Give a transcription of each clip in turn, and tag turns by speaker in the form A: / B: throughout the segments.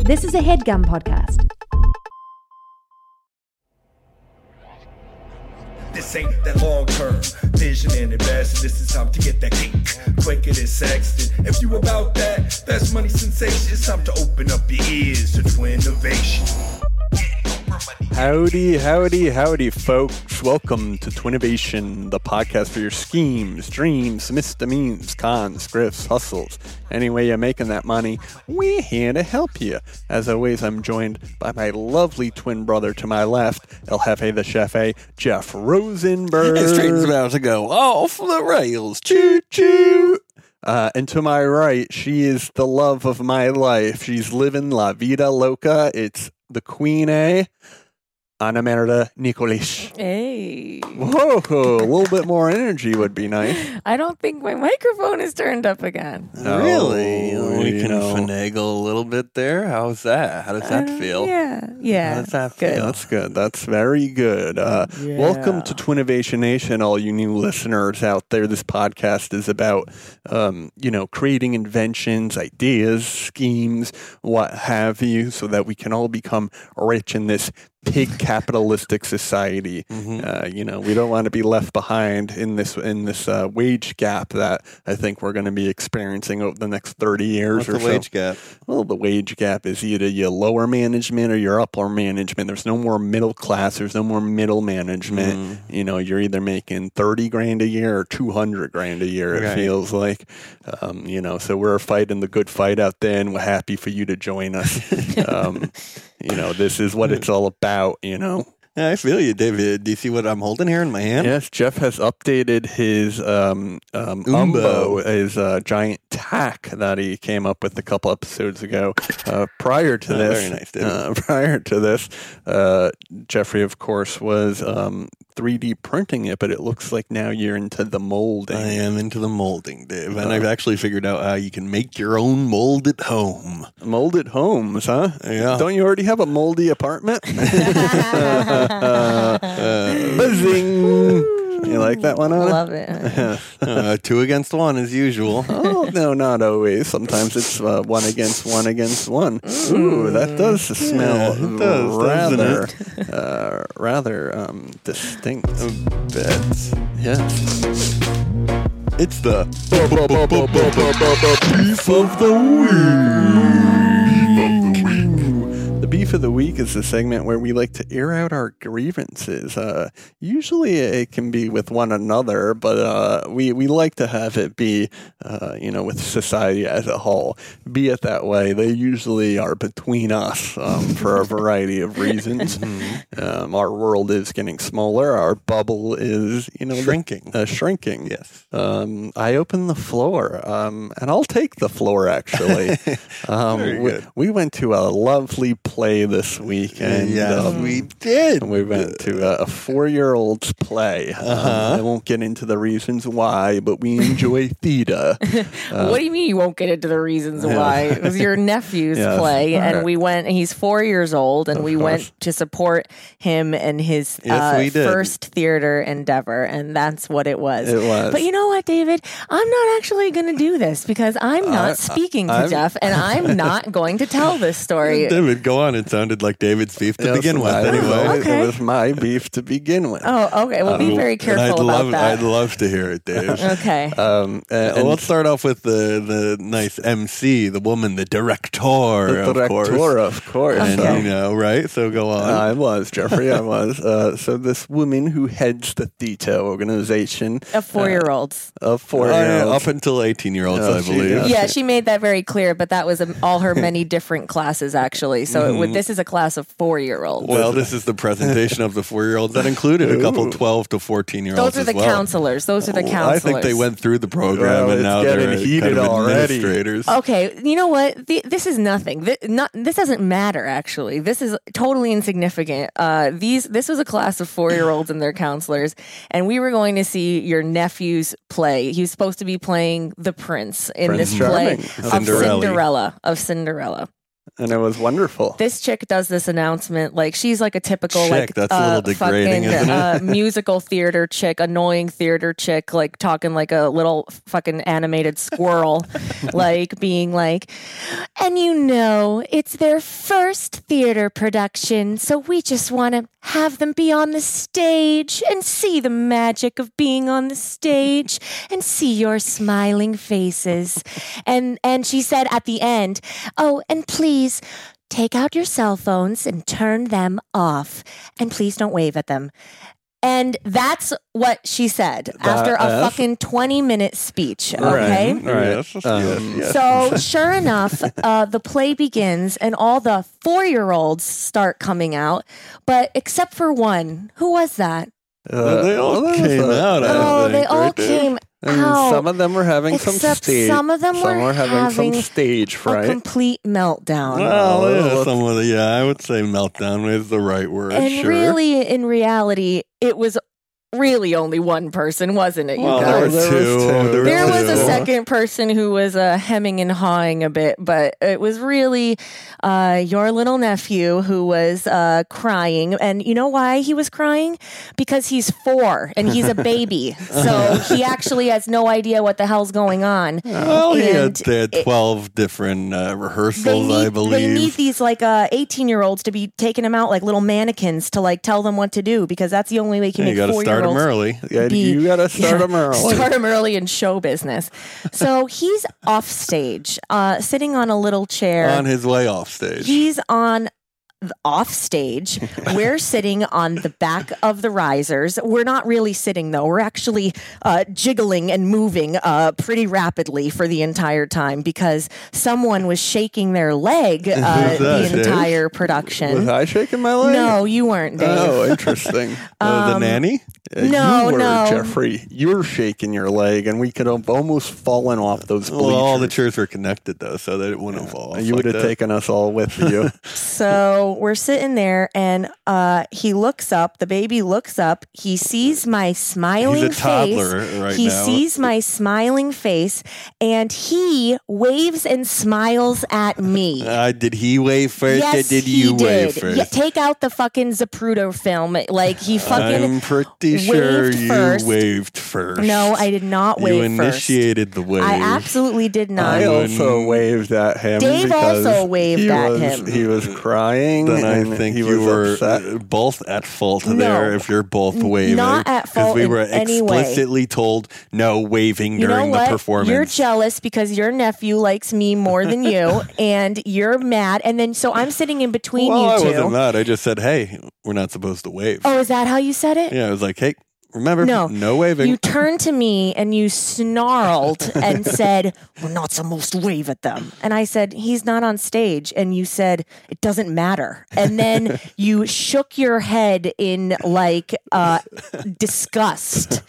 A: This is a headgum podcast.
B: This ain't that long term vision and investing. This is time to get that cake quicker than Sexton. If you about that, that's money sensation. It's time to open up your ears to twin innovation.
C: Howdy, howdy, howdy, folks. Welcome to Twinnovation, the podcast for your schemes, dreams, misdemeans, cons, grifts, hustles. Any way you're making that money, we're here to help you. As always, I'm joined by my lovely twin brother to my left, El Jefe the Chefe, Jeff Rosenberg.
D: His train's about to go off the rails. Choo
C: Choo. Uh, and to my right, she is the love of my life. She's living la vida loca. It's the Queen A, Ana Merda Nicolich.
E: Hey.
C: Whoa, a little bit more energy would be nice.
E: I don't think my microphone is turned up again.
D: Really?
C: Oh,
D: we
C: you
D: can
C: know.
D: finagle a little bit there. How's that? How does that
E: Uh,
D: feel?
E: Yeah. Yeah.
D: How's that
E: good.
D: feel?
C: That's good. That's very good. Uh, Welcome to Twinnovation Nation, all you new listeners out there. This podcast is about, um, you know, creating inventions, ideas, schemes, what have you, so that we can all become rich in this pig capitalistic society.
D: Mm-hmm.
C: Uh, you know, we don't want to be left behind in this in this uh, wage gap that I think we're going to be experiencing over the next thirty years
D: What's the
C: or so.
D: wage gap?
C: Well, the wage gap is either your lower management or your upper management. There's no more middle class. There's no more middle management. You know, you're either making 30 grand a year or 200 grand a year, it
D: Right.
C: feels like. Um, you know, so we're fighting the good fight out there and we're happy for you to join us. um, you know, this is what it's all about, you know.
D: Yeah, I feel you, David. Do you see what I'm holding here in my hand?
C: Yes, Jeff has updated his um, um,
D: Umbo.
C: umbo, his uh, giant tack that he came up with a couple episodes ago. Uh, prior to
D: Oh,
C: this,
D: very nice, David.
C: uh, prior to this, uh, Jeffrey, of course, was um, 3D printing it, but it looks like now you're into the molding.
D: I am into the molding, Dave, and I've actually figured out how you can make your own mold at home.
C: Molded homes, huh?
D: Yeah.
C: Don't you already have a moldy apartment? Uh, Buzzing. You like that one, Anna?
E: Love it.
D: Uh, two against one, as usual.
C: Oh no, not always. Sometimes it's uh, one against one against one. Ooh, that does smell
D: Yeah, it does,
C: rather,
D: doesn't
C: uh, rather um, distinct.
D: That's
C: Yes.
D: it's the beef of the week.
C: The beef of the week is the segment where we like to air out our grievances. Uh, usually, it can be with one another, but uh, we we like to have it be, uh, you know, with society as a whole. Be it that way, they usually are between us um, for a variety of reasons.
D: Mm-hmm.
C: um, our world is getting smaller. Our bubble is, you know, the-
D: Shrinking.
C: uh, shrinking.
D: Yes.
C: Um, I open the floor, um, and I'll take the floor actually.
D: Very
C: um, we,
D: good.
C: we went to a lovely play this weekend.
D: yes,
C: um,
D: uh, we did.
C: we went to a, a four-year-old's play. Um,
D: Uh-huh.
C: I won't get into the reasons why, but we enjoy theater.
E: what do you mean you won't get into the reasons why? It was your nephew's
C: Yes.
E: play,
C: All right.
E: and we went. He's four years old, and we
C: course.
E: went to support him in his uh,
D: Yes, we did.
E: first theater endeavor, and that's what it was.
C: It was.
E: But you know what, David? I'm not actually going to do this because I'm not speaking to
C: I'm-
E: Jeff, and I'm not going to tell this story.
D: David, go on. It sounded like David's beef to
C: Yes,
D: begin with,
C: I-
D: anyway.
E: Okay.
C: it was my beef to begin with.
E: Oh, okay. Well, be
D: Um,
E: very
D: And
E: careful
D: I'd
E: about
D: love,
E: that.
D: I'd love to hear it, Dave.
E: okay.
C: Um, uh,
D: Well, let's start off with the, the nice MC, the woman, the director,
C: the
D: of course.
C: director, Uh, of course.
D: And,
E: Okay.
D: you know, right? So go on.
C: I was, Jeffrey. I was. Uh, so, this woman who heads the theater organization
E: a four-year-old.
C: of
D: All
C: four
D: right,
C: year olds.
D: up until 18 year olds,
C: Oh,
D: I
C: she-
D: believe.
C: yeah.
E: yeah, she made that very clear, but that was um, all her many different classes, actually. So it
D: Mm-hmm.
E: would, this is a class of four-year-olds.
D: Well, this is the presentation of the four year olds that included a couple 12 to 14 year olds.
E: Those are the
D: well.
E: counselors. Those are the
D: Well, I
E: counselors.
D: think they went through the program
C: Well,
D: and
C: it's
D: now
C: getting
D: they're uh,
C: heated
D: kind of
C: already.
D: administrators.
E: Okay, you know what? The, this is nothing. This, not, this doesn't matter. Actually, this is totally insignificant. Uh, these this was a class of four year olds and their counselors, and we were going to see your nephew's play. He was supposed to be playing the prince in
C: Prince
E: this
C: Charming.
E: play
C: Of
E: of
D: Cinderella.
E: Cinderella of Cinderella.
C: and it was wonderful.
E: this chick does this announcement like she's like a typical
D: Chick,
E: like
D: that's a
E: uh,
D: little degrading,
E: fucking,
D: isn't it?
E: uh, musical theater chick, annoying theater chick, like talking like a little fucking animated squirrel, like being like, and you know it's their first theater production, so we just want to have them be on the stage and see the magic of being on the stage and see your smiling faces, and and she said at the end, oh, and please. Take out your cell phones and turn them off. And please don't wave at them. And that's what she said after a
C: That-
E: fucking 20 minute speech. Okay.
C: All right.
D: Yes, yes,
C: Um,
D: yes.
E: So, sure enough, uh, the play begins and all the four year olds start coming out. But except for one, who was that?
C: Uh,
D: they all
C: well, that
D: came
C: was a-
D: out. I
E: Oh,
D: think,
E: they all
D: right there.
E: came
C: And
E: out.
C: some of them were having some
E: Except
C: stage.
E: some of them
C: some
E: were
C: having,
E: having
C: some stage
E: a
C: fright.
E: complete meltdown.
D: Well,
C: Oh,
D: yeah,
C: look.
D: some of the, yeah, I would say meltdown is the right word.
E: and
D: sure.
E: really, in reality, it was really only one person, wasn't it, you
D: well,
E: guys?
D: there were
C: There was
D: two.
C: two.
D: were
E: There was
D: two.
E: a second person who was uh, hemming and hawing a bit, but it was really uh, your little nephew who was uh, crying. And you know why he was crying? Because he's four and he's a baby. so he actually has no idea what the hell's going on.
D: Well, he had,
E: And
D: they had
E: it-
D: 12 different uh,
E: they
D: rehearsals,
E: need,
D: I
E: They need
D: believe.
E: these like uh, 18 year olds to be taking them out like little mannequins to like tell them what to do because that's the only way you can
D: you got
E: make
D: to
E: four
D: start
E: year
D: them
E: olds
D: early.
C: Yeah,
E: be-
C: you gotta start
E: yeah,
C: them early.
E: Start 'em early in show business. So he's off stage, uh, sitting on a little chair.
D: On his way off stage.
E: he's on th- off stage. We're sitting on the back of the risers. We're not really sitting though. We're actually uh, jiggling and moving uh, pretty rapidly for the entire time because someone was shaking their leg uh,
D: Who's that,
E: the
D: Dave?
E: entire
C: was
E: production.
C: I shaking my leg?
E: No, you weren't, Dave.
C: Oh, interesting.
D: Uh, the
E: um,
D: nanny?
C: Uh,
E: no,
C: you were,
E: no.
C: Jeffrey. You were shaking your leg, and we could have almost fallen off those bleachers.
D: Well, all the chairs were connected, though, so that it wouldn't fall. off
C: you would
D: like
C: have
D: that.
C: taken us all with you.
E: So we're sitting there, and uh, he looks up. The baby looks up. He sees my smiling
D: He's a toddler
E: face.
D: right
E: he
D: now.
E: sees my smiling face, and he waves and smiles at me.
D: Uh, did he wave first
E: yes,
D: or did
E: he
D: you wave
E: did.
D: first?
E: Yeah, take out the fucking Zapruder film. Like he fucking.
D: I'm pretty sure
E: waved
D: you
E: first.
D: waved first.
E: no, I did not wave
D: You
E: first.
D: initiated the wave.
E: I absolutely did not.
C: I also waved at him.
E: Dave
C: because
E: also waved
C: he
E: at
C: was-
E: him.
C: He was crying.
D: Then I
C: and
D: think
C: he was
D: you were
C: upset.
D: uh, both at fault
E: No.
D: there if you're both
E: N-
D: waving.
E: not at
D: 'Cause
E: fault
D: we
E: in
D: were
E: any way.
D: explicitly told no waving
E: You know
D: during
E: what?
D: the performance.
E: You're jealous because your nephew likes me more than you, and you're mad. And then, so I'm sitting in between
D: well, I
E: you two.
D: wasn't mad. I just said, hey, we're not supposed to wave.
E: Oh, is that how you said it?
D: Yeah, I was like, hey, remember,
E: No.
D: waving.
E: You turned to me and you snarled and said, We're not supposed to wave at them. And I said, He's not on stage. And you said, It doesn't matter. And then you shook your head in like uh, disgust.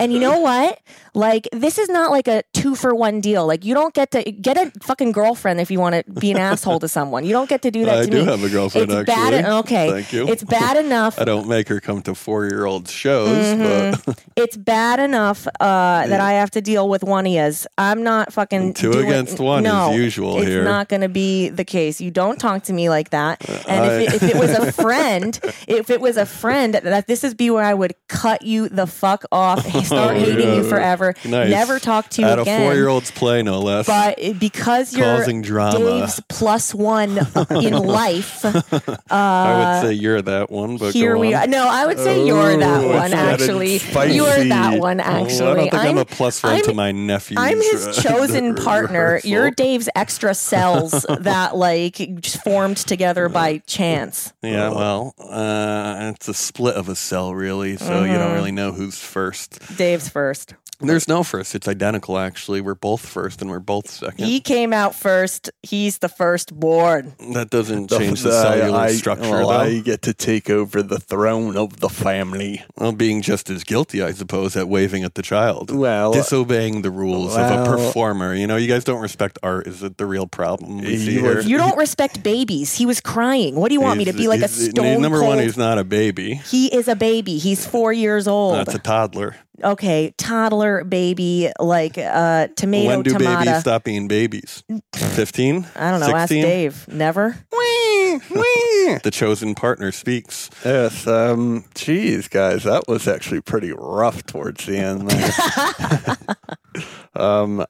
E: And you know what? Like, this is not like a two for one deal. Like, you don't get to get a fucking girlfriend if you want to be an asshole to someone. You don't get to do that
D: I
E: to
D: do
E: me.
D: have a girlfriend,
E: It's
D: actually.
E: Bad, okay.
D: Thank you.
E: It's bad enough
D: I don't make her come to four year old shows,
E: Mm. Mm-hmm.
D: but
E: it's bad enough uh, that I have to deal with one is. I'm not fucking
D: Two
E: doing-
D: against one is
E: no,
D: usual
E: It's
D: here. Uh,
E: not going to be the case. You don't talk to me like that. And if, it, if it was a friend, if it was a friend, that this is be where I would cut you the fuck off, start
D: Oh,
E: hating you
D: yeah.
E: forever,
D: nice.
E: never talk to you
D: At
E: again
D: a four year old's play, no less.
E: but it- because you're
D: Causing drama.
E: Dave's plus one in life, uh,
D: I would say you're that one, but
E: here
D: go
E: we
D: on.
E: are. No, I would say you're that
C: Oh,
E: one
C: it's getting
E: actually.
C: spicy.
E: You're that one
D: Well,
E: actually.
D: Oh, I don't think I'm,
E: I'm-
D: a plus one
E: I'm-
D: to my uh, nephew.
E: I'm his chosen partner. You're Dave's extra cells that like just formed together by chance.
D: Yeah, well, uh, it's a split of a cell, really. So you
E: Mm-hmm.
D: don't really know who's first.
E: Dave's first.
D: There's no first. It's identical, actually. We're both first and we're both second.
E: He came out first. He's the first born.
D: that doesn't
C: The-
D: change the
C: I-
D: cellular
C: uh, I-
D: structure,
C: well,
D: though.
C: I get to take over the throne of the family.
D: Well, being just as guilty, I suppose, at waving at the child.
C: Well-
D: disobeying the rules of a
C: Well-
D: performer. You know, you guys don't respect art. Is it the real problem we see
C: You were-
D: here?
E: You don't respect babies. He was crying. What do you want me to be
D: He's-
E: like a
D: he's-
E: stone
D: Number one,
E: cold-
D: he's not a baby.
E: he is a baby. He's four years old.
D: That's a toddler.
E: okay, toddler, baby, like uh, tomato,
D: when do
E: tomata.
D: babies stop being babies? 15?
E: I don't know.
D: 16?
E: Ask Dave. Never.
D: The chosen partner speaks.
C: Yes. Um, geez, guys, that was actually pretty rough towards the end there. um,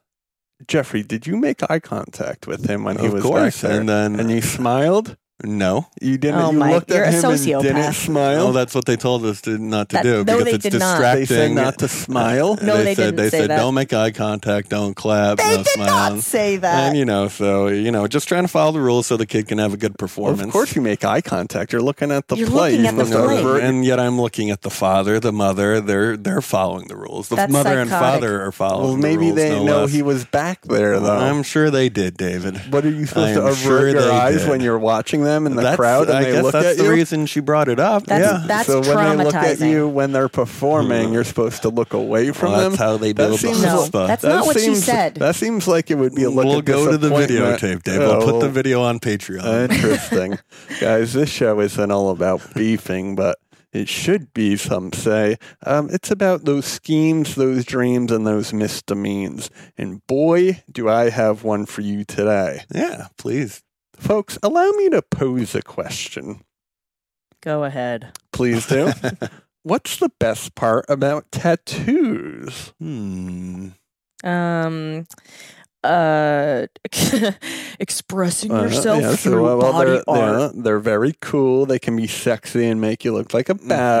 C: Jeffrey, did you make eye contact with him when he
D: Of
C: was
D: course,
C: back there?
D: and uh, then-
C: and you smiled?
D: No.
C: You didn't.
E: Oh
C: you
E: my-
C: looked
E: you're a
C: at him and
E: sociopath.
C: didn't smile.
D: Well, that's what they told us to, not to
E: That-
D: do
E: no,
D: because
E: they
D: it's
E: did not.
D: distracting.
C: they said not to smile.
E: No, they
D: said
E: didn't
D: they
E: say
D: said
E: that.
D: don't make eye contact, don't clap,
E: They
D: no
E: did
D: smile.
E: not say that.
D: and you know, so you know, just trying to follow the rules so the kid can have a good performance.
C: Of course, you make eye contact. You're looking at the
E: You're
C: play.
E: looking at
C: You
E: the
C: know,
E: play.
D: No,
C: ver-
D: and yet I'm looking at the father, the mother. They're they're following the rules. The
E: That's
D: mother and
E: psychotic.
D: father are following.
C: Well,
D: the
C: maybe
D: rules,
C: they
D: no
C: know
D: less.
C: he was back there, though.
D: I'm sure they did, David.
C: what are you supposed to
D: I'm
C: avert
D: sure
C: your
D: they
C: eyes
D: did.
C: when you're watching them in the
D: That's-
C: crowd and
D: I
C: they
D: guess
C: look
D: that's
C: at
D: the
C: you?
D: reason she brought it up.
E: That's-
D: yeah. Hmm.
E: that's
C: so when they look at
E: traumatizing.
C: you when they're performing, you're supposed to look away from
D: Well,
C: them.
D: that's how they
C: That
D: build the
C: seems-
E: No,
D: chutzpah.
E: that's not what she
C: seems-
E: said.
C: That seems like it would be a look
D: we'll
C: at
D: go to the
C: disappointment.
D: videotape, Dave. We'll
C: Oh,
D: put the video on Patreon.
C: Interesting. Guys, this show isn't all about beefing, but it should be, some say. Um, it's about those schemes, those dreams, and those misdemeans. And boy, do I have one for you today.
D: yeah, please.
C: Folks, allow me to pose a question.
E: Go ahead.
C: Please do. What's the best part about tattoos?
D: Hmm.
E: Um, uh, expressing
C: Uh,
E: yourself
C: yes,
E: through
C: well, well,
E: body
C: they're,
E: art.
C: They're, they're very cool. They can be sexy and make you look like a badass.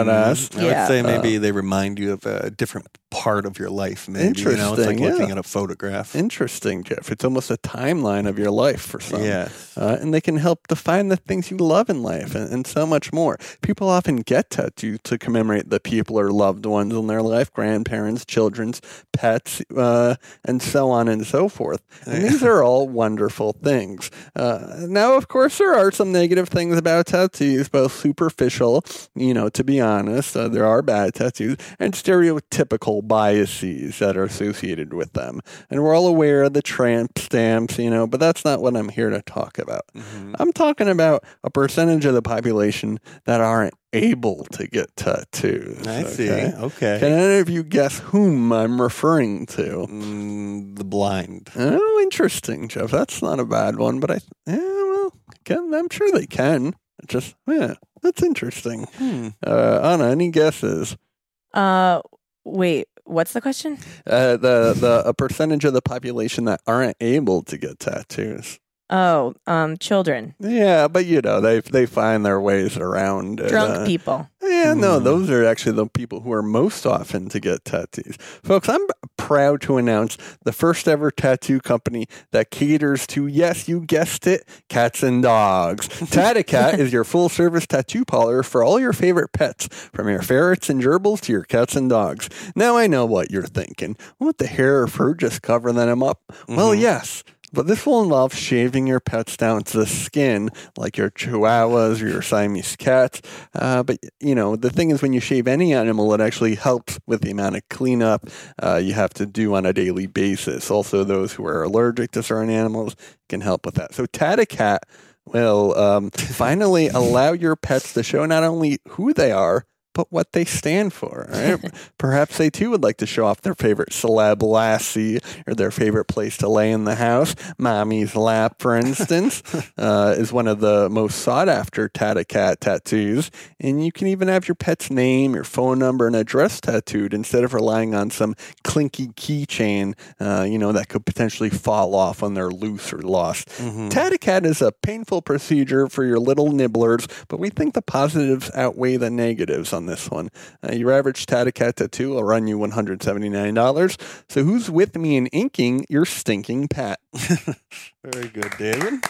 C: Uh,
D: Mhm. I would
E: Mm-hmm. Yeah.
D: say maybe they remind you of a different part of your life. Maybe you know, it's like
C: Interesting, yeah.
D: looking at a photograph.
C: Interesting, Jeff. It's almost a timeline of your life for some.
D: yeah,
C: Uh, and they can help define the things you love in life and, and so much more. People often get tattoos to commemorate the people or loved ones in their life grandparents, children's, pets, uh, and so on and so forth. And these are all wonderful things. Uh, now, of course, there are some negative things about tattoos, both superficial, you know, to be honest, uh, there are bad tattoos, and stereotypical biases that are associated with them. And we're all aware of the tramp stamps, you know, but that's not what I'm here to talk about.
D: Mm-hmm.
C: I'm talking about a percentage of the population that aren't able to get tattoos.
D: I see.
C: okay?
D: Okay,
C: Can any of you guess whom I'm referring to?
D: Mm, the blind.
C: Oh, interesting, Jeff. That's not a bad one, but I, yeah, well, can, I'm sure they can. Just, yeah, that's interesting.
D: Hmm.
C: Uh, Anna, any guesses?
E: Uh, wait, what's the question?
C: Uh, the the a percentage of the population that aren't able to get tattoos.
E: Oh, um, children,
C: Yeah, but you know they they find their ways around. it,
E: drunk
C: uh,
E: people.
C: Yeah, no,
D: Hmm.
C: those are actually the people who are most often to get tattoos. Folks, I'm proud to announce the first ever tattoo company that caters to, yes, you guessed it, cats and dogs. Tatacat is your full service tattoo parlor for all your favorite pets, from your ferrets and gerbils to your cats and dogs. Now I know what you're thinking. Won't the hair or fur just cover them up? e-, Well, Oh, yes. But this will involve shaving your pets down to the skin, like your chihuahuas or your Siamese cats. Uh, but, you know, the thing is, when you shave any animal, it actually helps with the amount of cleanup uh, you have to do on a daily basis. Also, those who are allergic to certain animals can help with that. So, Tatacat will um, finally allow your pets to show not only who they are, but what they stand for. Right? Perhaps they too would like to show off their favorite celeb lassie or their favorite place to lay in the house. Mommy's lap, for instance, uh, is one of the most sought after Tatacat tattoos. And you can even have your pet's name, your phone number, and address tattooed instead of relying on some clinky keychain, uh, you know, that could potentially fall off when they're loose or lost. Tatacat is a painful procedure for your little nibblers, but we think the positives outweigh the negatives on this one. Uh, your average Tatacat tattoo will run you $179. So who's with me in inking your stinking pat?
D: Very good, David.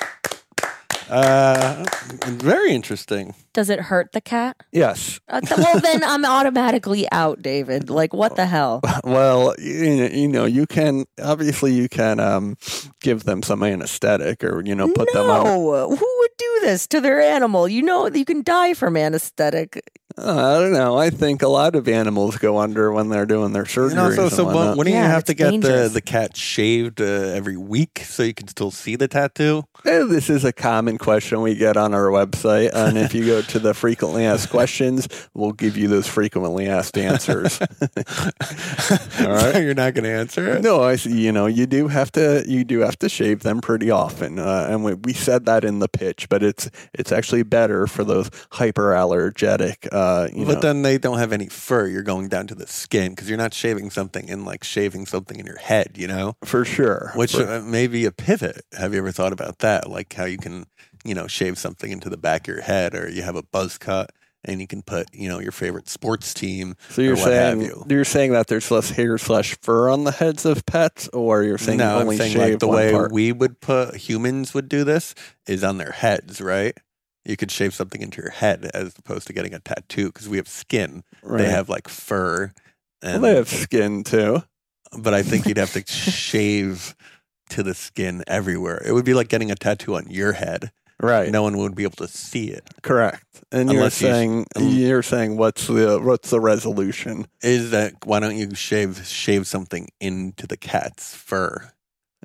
D: Uh, very interesting.
E: Does it hurt the cat?
C: Yes.
E: Uh, th- well, then I'm automatically out, David. Like, what the hell?
C: Well, you, you know, you can obviously you can um, give them some anesthetic or you know put them on.
E: no, who would do this to their animal? You know, you can die from anesthetic.
C: Uh, I don't know. I think a lot of animals go under when they're doing their surgery.
D: And also, so when, when do you
E: Yeah,
D: have to
E: it's
D: get the,
E: dangerous.
D: the cat shaved uh, every week so you can still see the tattoo?
C: Eh, This is a common question we get on our website. And if you go to the frequently asked questions, we'll give you those frequently asked answers.
D: All right, you're not going to answer it.
C: no, I see, you know, you do have to you do have to shave them pretty often. Uh, and we, we said that in the pitch, but it's it's actually better for those hyperallergenic uh you
D: but
C: know,
D: then they don't have any fur. You're going down to the skin because you're not shaving something and like shaving something in your head, you know?
C: for sure.
D: Which
C: For-
D: uh, may be a pivot. Have you ever thought about that? Like how you can, you know, shave something into the back of your head or you have a buzz cut and you can put, you know, your favorite sports team
C: so you're
D: or what have
C: saying
D: you.
C: you. are saying that there's less hair slash fur on the heads of pets, or you're saying
D: no,
C: you
D: I'm
C: only
D: saying
C: shave
D: like the
C: one
D: way
C: part?
D: we would put humans would do this is on their heads, right? You could shave something into your head as opposed to getting a tattoo because we have skin.
C: Right.
D: They have like fur,
C: Well,
D: and
C: they have skin too.
D: but I think you'd have to shave to the skin everywhere. It would be like getting a tattoo on your head.
C: Right.
D: No one would be able to see it.
C: Correct. And
D: Unless you-
C: you're saying
D: um,
C: you, are saying what's the what's the resolution?
D: Is that why don't you shave shave something into the cat's fur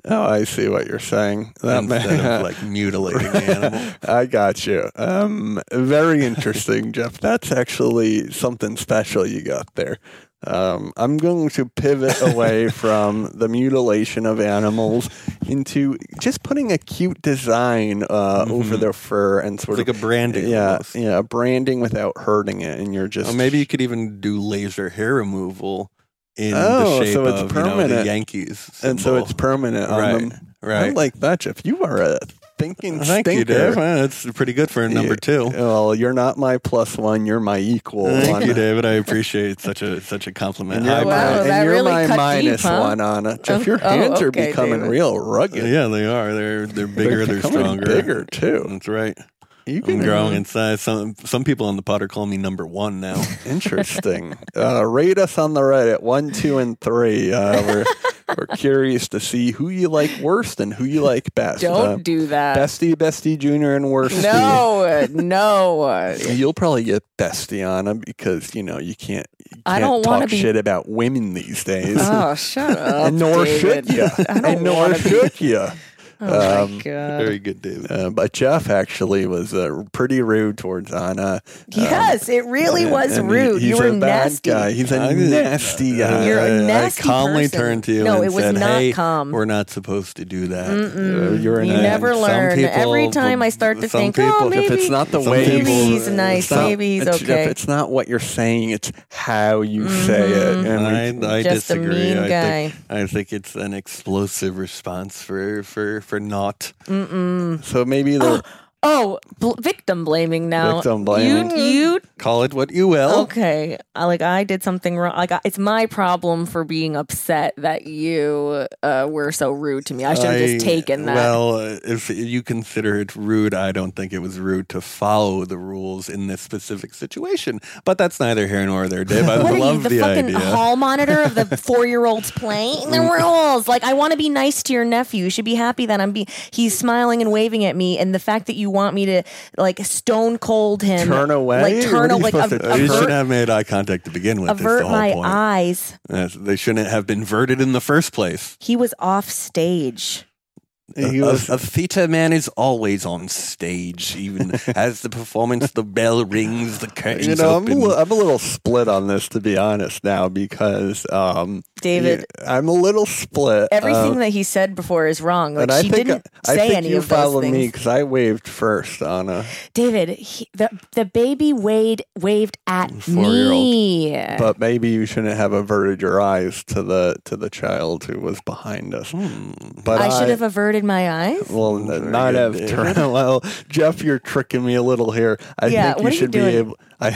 C: Oh, I see what you're saying. That
D: instead
C: may,
D: of like mutilating the animal?
C: I got you. Um, very interesting, Jeff. That's actually something special you got there. Um, I'm going to pivot away from the mutilation of animals into just putting a cute design uh, over their fur and
D: It's
C: sort
D: Mm-hmm. like a
C: of
D: branding.
C: yeah,
D: almost.
C: yeah, branding without hurting it. And you're just
D: Or maybe you could even do laser hair removal in
C: Oh,
D: the shape
C: so it's
D: of You know, the
C: permanent.
D: Yankees.
C: and so
D: symbol.
C: it's permanent on
D: right,
C: them. I
D: right.
C: like that, Jeff. You are a thinking
D: Thank
C: stinker.
D: you, Dave. Well, that's pretty good for a number two.
C: Well, you're not my plus one. You're my equal
D: Thank
C: one.
D: you, David. I appreciate such a such a compliment.
C: You're
D: High
C: my-
E: Wow,
D: praise.
E: "Oh, that
C: and you're
E: really
C: my
E: cut
C: minus
E: deep, huh?
C: one on it. Jeff, your
E: Oh,
C: hands are
E: okay,
C: becoming
E: David.
C: real rugged.
D: Yeah, they are. They're they're bigger. They're,
C: becoming
D: stronger.
C: bigger, too.
D: That's right.
C: You
D: I'm
C: can
D: growing in size. Some some people on the Potter call me number one now.
C: Interesting. uh, rate us on the Reddit one, two, and three. Uh, we're we're curious to see who you like worst and who you like best.
E: Don't
C: Uh,
E: do that.
C: Bestie, bestie, junior, and worstie.
E: no, no.
C: You'll probably get bestie on them because you know you can't. You can't
E: I don't wanna
C: talk
E: be-
C: shit about women these days.
E: Oh, shut up.
C: and nor
E: David.
C: should you.
E: I don't
C: And nor
E: wanna be-
C: should you.
E: Oh,
C: Um,
E: my God.
D: Very good, David.
C: Uh, but Jeff actually was uh, pretty rude towards Anna. Um,
E: Yes, it really
C: and-
E: was
C: and he-
E: rude.
C: he's
E: you were
C: a bad
E: nasty.
C: guy. He's a
D: I-
C: nasty guy.
E: You're a
D: I-
E: nasty
D: I calmly
E: person.
D: turned to you
E: No,
D: and
E: it was
D: said,
E: not
D: "Hey,
E: calm.
D: we're not supposed to do that."
E: Mm-mm.
C: uh, You're an
E: you
C: ass.
E: never
D: Some
E: learn.
D: people-
E: Every time I start to
D: some
E: think,
D: people-
E: oh,
D: if
E: maybe,
C: if it's not the
D: Some
C: way
E: maybe
D: people-
E: he's
C: it's
E: nice,
C: not-
E: maybe he's
C: it's-
E: okay.
C: If it's not what you're saying, it's how you say it.
E: Mm-hmm.
C: And we-
D: I, I
E: Just a
D: disagree.
E: mean
D: I
E: guy.
D: Think, I think it's an explosive response for for for not.
C: so maybe the
E: oh, bl- victim blaming now.
C: Victim blaming. Oh.
E: You, you
D: Call it what you will.
E: okay? I- Like I did something wrong. Like I, it's my problem for being upset that you uh, were so rude to me. I should have just taken that.
D: Well, uh, if you consider it rude, I don't think it was rude to follow the rules in this specific situation. But that's neither here nor there, Dave. I
E: what are you,
D: love
E: the,
D: the
E: fucking
D: idea.
E: hall monitor of the four-year-olds playing the rules? Like, I want to be nice to your nephew. You should be happy that I'm be. He's smiling and waving at me, and the fact that you want me to like stone cold him,
C: Turn away?
E: like
C: What
E: turn
C: are
E: away,
C: you
E: like
C: supposed
E: av-
C: to-
D: you should
E: avert,
D: have made eye contact to begin with. is
E: avert
D: the whole
E: my
D: point.
E: eyes.
D: Yes, They shouldn't have been verted in the first place.
E: He was off stage.
C: he
D: a,
C: was
D: a theater man is always on stage, even as the performance, the bell rings, the curtains
C: you know, I'm a,
D: open.
C: li- I'm a little split on this, to be honest, now because um,
E: David,
C: yeah, I'm a little split.
E: everything
C: um,
E: that he said before is wrong. Like,
C: and I
E: she
C: think
E: didn't
C: I
E: say
C: think
E: any
C: you
E: of those
C: follow
E: things.
C: me because I waved first, Anna.
E: David, he, the the baby waved waved at
D: Four-year-old.
E: me.
C: But maybe you shouldn't have averted your eyes to the to the child who was behind us.
D: Hmm.
C: But
E: I should have averted my eyes.
C: Well, n- not have turned. Well, Jeff, you're tricking me a little here. I
E: Yeah,
C: think
E: what
C: you
E: are you
C: should be
E: doing?
C: able.
D: I,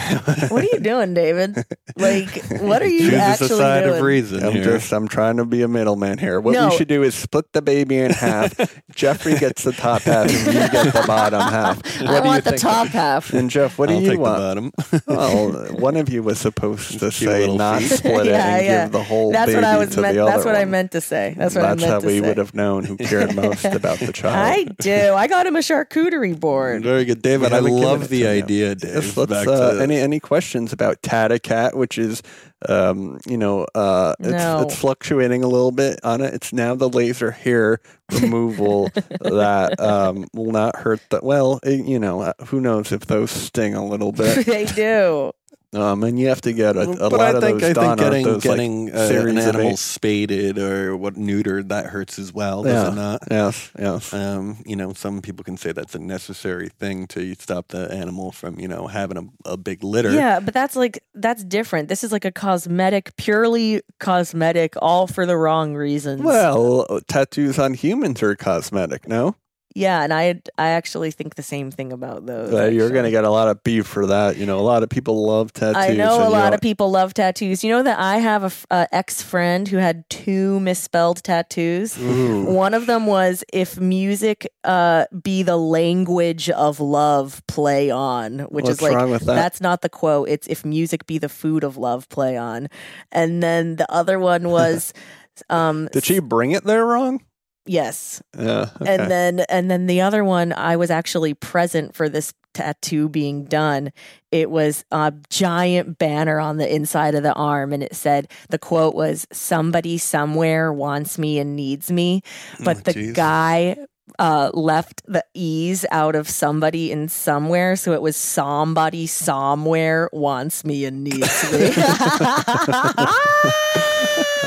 E: What are you doing, David? Like, what are you
D: Choose a
E: actually
D: side
E: doing?
D: of reason.
C: I'm
D: here.
C: just I'm trying to be a middleman here. What
E: No.
C: we should do is split the baby in half. Jeffrey gets the top half and you get the bottom half. What
E: I
C: do you
E: want the
C: think?
E: top half.
C: And Jeff, what do
D: I'll
C: you
D: take the
C: want?
D: bottom.
C: Well, one of you was supposed to
D: Cute
C: say
D: little
C: not
D: feet.
C: split it and give the whole
E: That's
C: baby
E: what I was
C: to
E: meant.
C: the other
E: That's what I
C: one.
E: meant to say. That's what
C: That's
E: I meant
C: how
E: to
C: we uh,
E: say.
C: would have known who cared most about the
E: I
C: child.
E: do. I got him a charcuterie board.
D: Very good, David.
C: We
D: I
C: haven't given it
D: love
C: to
D: the
C: him.
D: idea,
C: Yes,
D: Dave.
C: let's,
D: Back
C: uh,
D: to
C: any any questions about Tata Cat, which is, um, you know, uh, it's,
E: No.
C: it's fluctuating a little bit on it. It's now the laser hair removal that um, will not hurt the well. It, you know, uh, who knows if those sting a little bit.
E: they do.
C: Um, and you have to get a, a
D: but
C: lot
D: I think
C: of those
D: I
C: done aren't
D: think getting
C: those, like,
D: getting uh,
C: series
D: an
C: of
D: animal
C: eight-
D: spaded or what neutered that hurts as well, does
C: Yeah.
D: it not?
C: Yes, yes.
D: Um, you know, some people can say that's a necessary thing to stop the animal from you know having a, a big litter.
E: Yeah, but that's like that's different. This is like a cosmetic, purely cosmetic, all for the wrong reasons.
C: Well, tattoos on humans are cosmetic, no?
E: yeah, and I I actually think the same thing about those.
C: Uh, you're
E: actually.
C: going to get a lot of beef for that. You know, a lot of people love tattoos.
E: I know
C: and
E: a
C: you
E: lot
C: know-
E: of people love tattoos. You know that I have a f- a ex friend who had two misspelled tattoos.
C: Ooh.
E: One of them was if music uh, be the language of love, play on, which
C: What's
E: is like
C: wrong with that?
E: that's not the quote. It's if music be the food of love, play on. And then the other one was um
C: Did she bring it there wrong?
E: yes.
C: Yeah.
E: And then and then the other one I was actually present for this tattoo being done. It was a giant banner on the inside of the arm and it said the quote was somebody somewhere wants me and needs me but
D: Oh,
E: the
D: jeez.
E: guy uh, left the e's out of somebody in somewhere, so it was somebody somewhere wants me and needs me.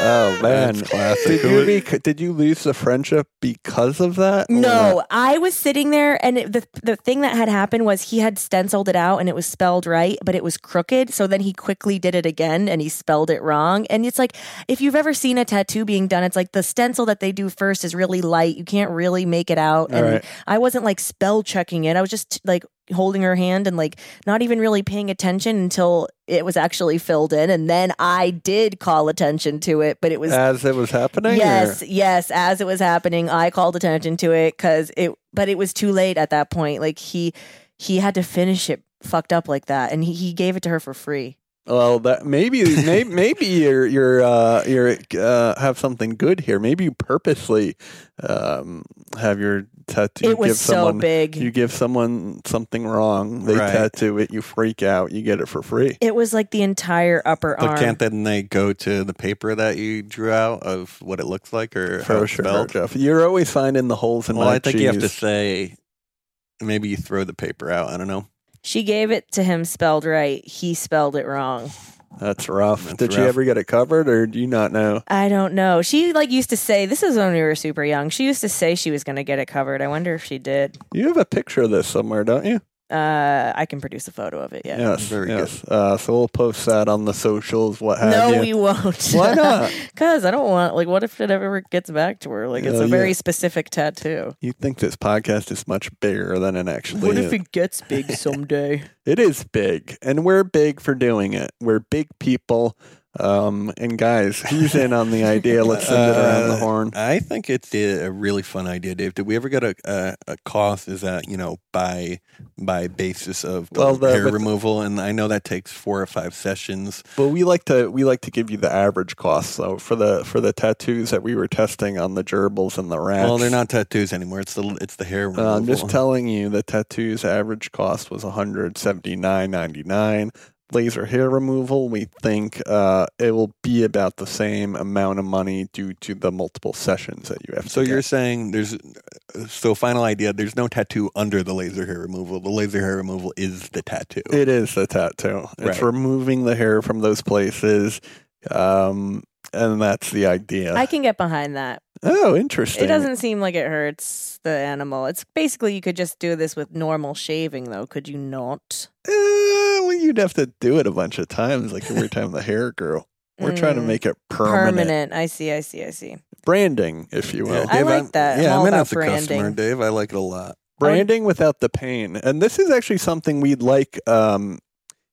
C: oh man,
D: That's
C: did
D: classic.
C: you bec- did you lose the friendship because of that?
E: no, I was sitting there, and it, the the thing that had happened was he had stenciled it out, and it was spelled right, but it was crooked. So then he quickly did it again, and he spelled it wrong. And it's like if you've ever seen a tattoo being done, it's like the stencil that they do first is really light; you can't really make it out.
C: All
E: and
C: right.
E: I wasn't like spell checking it. I was just like holding her hand and like not even really paying attention until it was actually filled in. And then I did call attention to it, but it was.
C: as it was happening.
E: Yes,
C: or-
E: yes. As it was happening, I called attention to it because it, but it was too late at that point. Like he, he had to finish it fucked up like that, and he, he gave it to her for free.
C: Well, that maybe maybe maybe you're you're uh, you're uh, have something good here. Maybe you purposely um, have your tattoo.
E: it was
C: give
E: so
C: someone,
E: big.
C: You give someone something wrong, they
D: Right.
C: tattoo it, you freak out, you get it for free.
E: it was like the entire upper
D: But
E: arm.
D: can't then they go to the paper that you drew out of what it looks like or how
C: For
D: it's
C: sure,
D: spelled?
C: Jeff. You're always finding the holes in
D: Well,
C: my
D: I think you have to
C: cheese.
D: say maybe you throw the paper out. I don't know.
E: she gave it to him spelled right. He spelled it wrong.
C: That's rough.
D: That's
C: Did you
D: rough.
C: ever get it covered, or do you not know?
E: I don't know. She like used to say this is when we were super young. She used to say she was going to get it covered. I wonder if she did.
C: You have a picture of this somewhere, don't you?
E: Uh, I can produce a photo of it. Yeah.
C: Yes.
D: Very
C: yes. Uh, so we'll post that on the socials, what have
E: No,
C: you.
E: we won't.
C: Uh, Why not?
E: Because I don't want. Like, what if it ever gets back to her? Like, it's
C: Oh,
E: a very
C: yeah.
E: specific tattoo.
C: you think this podcast is much bigger than it actually is.
E: it gets big someday?
C: it is big, and we're big for doing it. We're big people. Um, and guys, who's in on the idea? Let's send it around the
D: Uh,
C: horn.
D: I think it's a a really fun idea, Dave. Did we ever get a, a, a cost? Is that you know by by basis of the
C: Well, the-
D: hair
C: with-
D: removal? And I know that takes four or five sessions.
C: But we like to we like to give you the average cost. So for the for the tattoos that we were testing on the gerbils and the rats.
D: Well, they're not tattoos anymore. It's the it's the hair removal.
C: Uh, I'm just telling you the tattoos average cost was 179.99. Laser hair removal, we think uh, it will be about the same amount of money due to the multiple sessions that you have.
D: So
C: to
D: you're
C: get.
D: saying there's so final idea. There's no tattoo under the laser hair removal. The laser hair removal is the tattoo.
C: it is the tattoo. It's
D: Right.
C: removing the hair from those places, um, and that's the idea.
E: I can get behind that.
C: oh, interesting.
E: It doesn't seem like it hurts the animal. It's basically you could just do this with normal shaving, though. Could you not?
C: Uh, well, you'd have to do it a bunch of times, like every time the hair grew. We're trying to
E: Mm,
C: make it permanent.
E: I see. I see. I see.
C: branding, if you will.
D: Yeah,
E: I like
D: I'm-
E: that. I'm
D: Yeah,
E: all
D: I'm in
E: about
D: as a customer,
E: branding.
D: Dave. I like it a lot.
C: branding without the pain and this is actually something we'd like um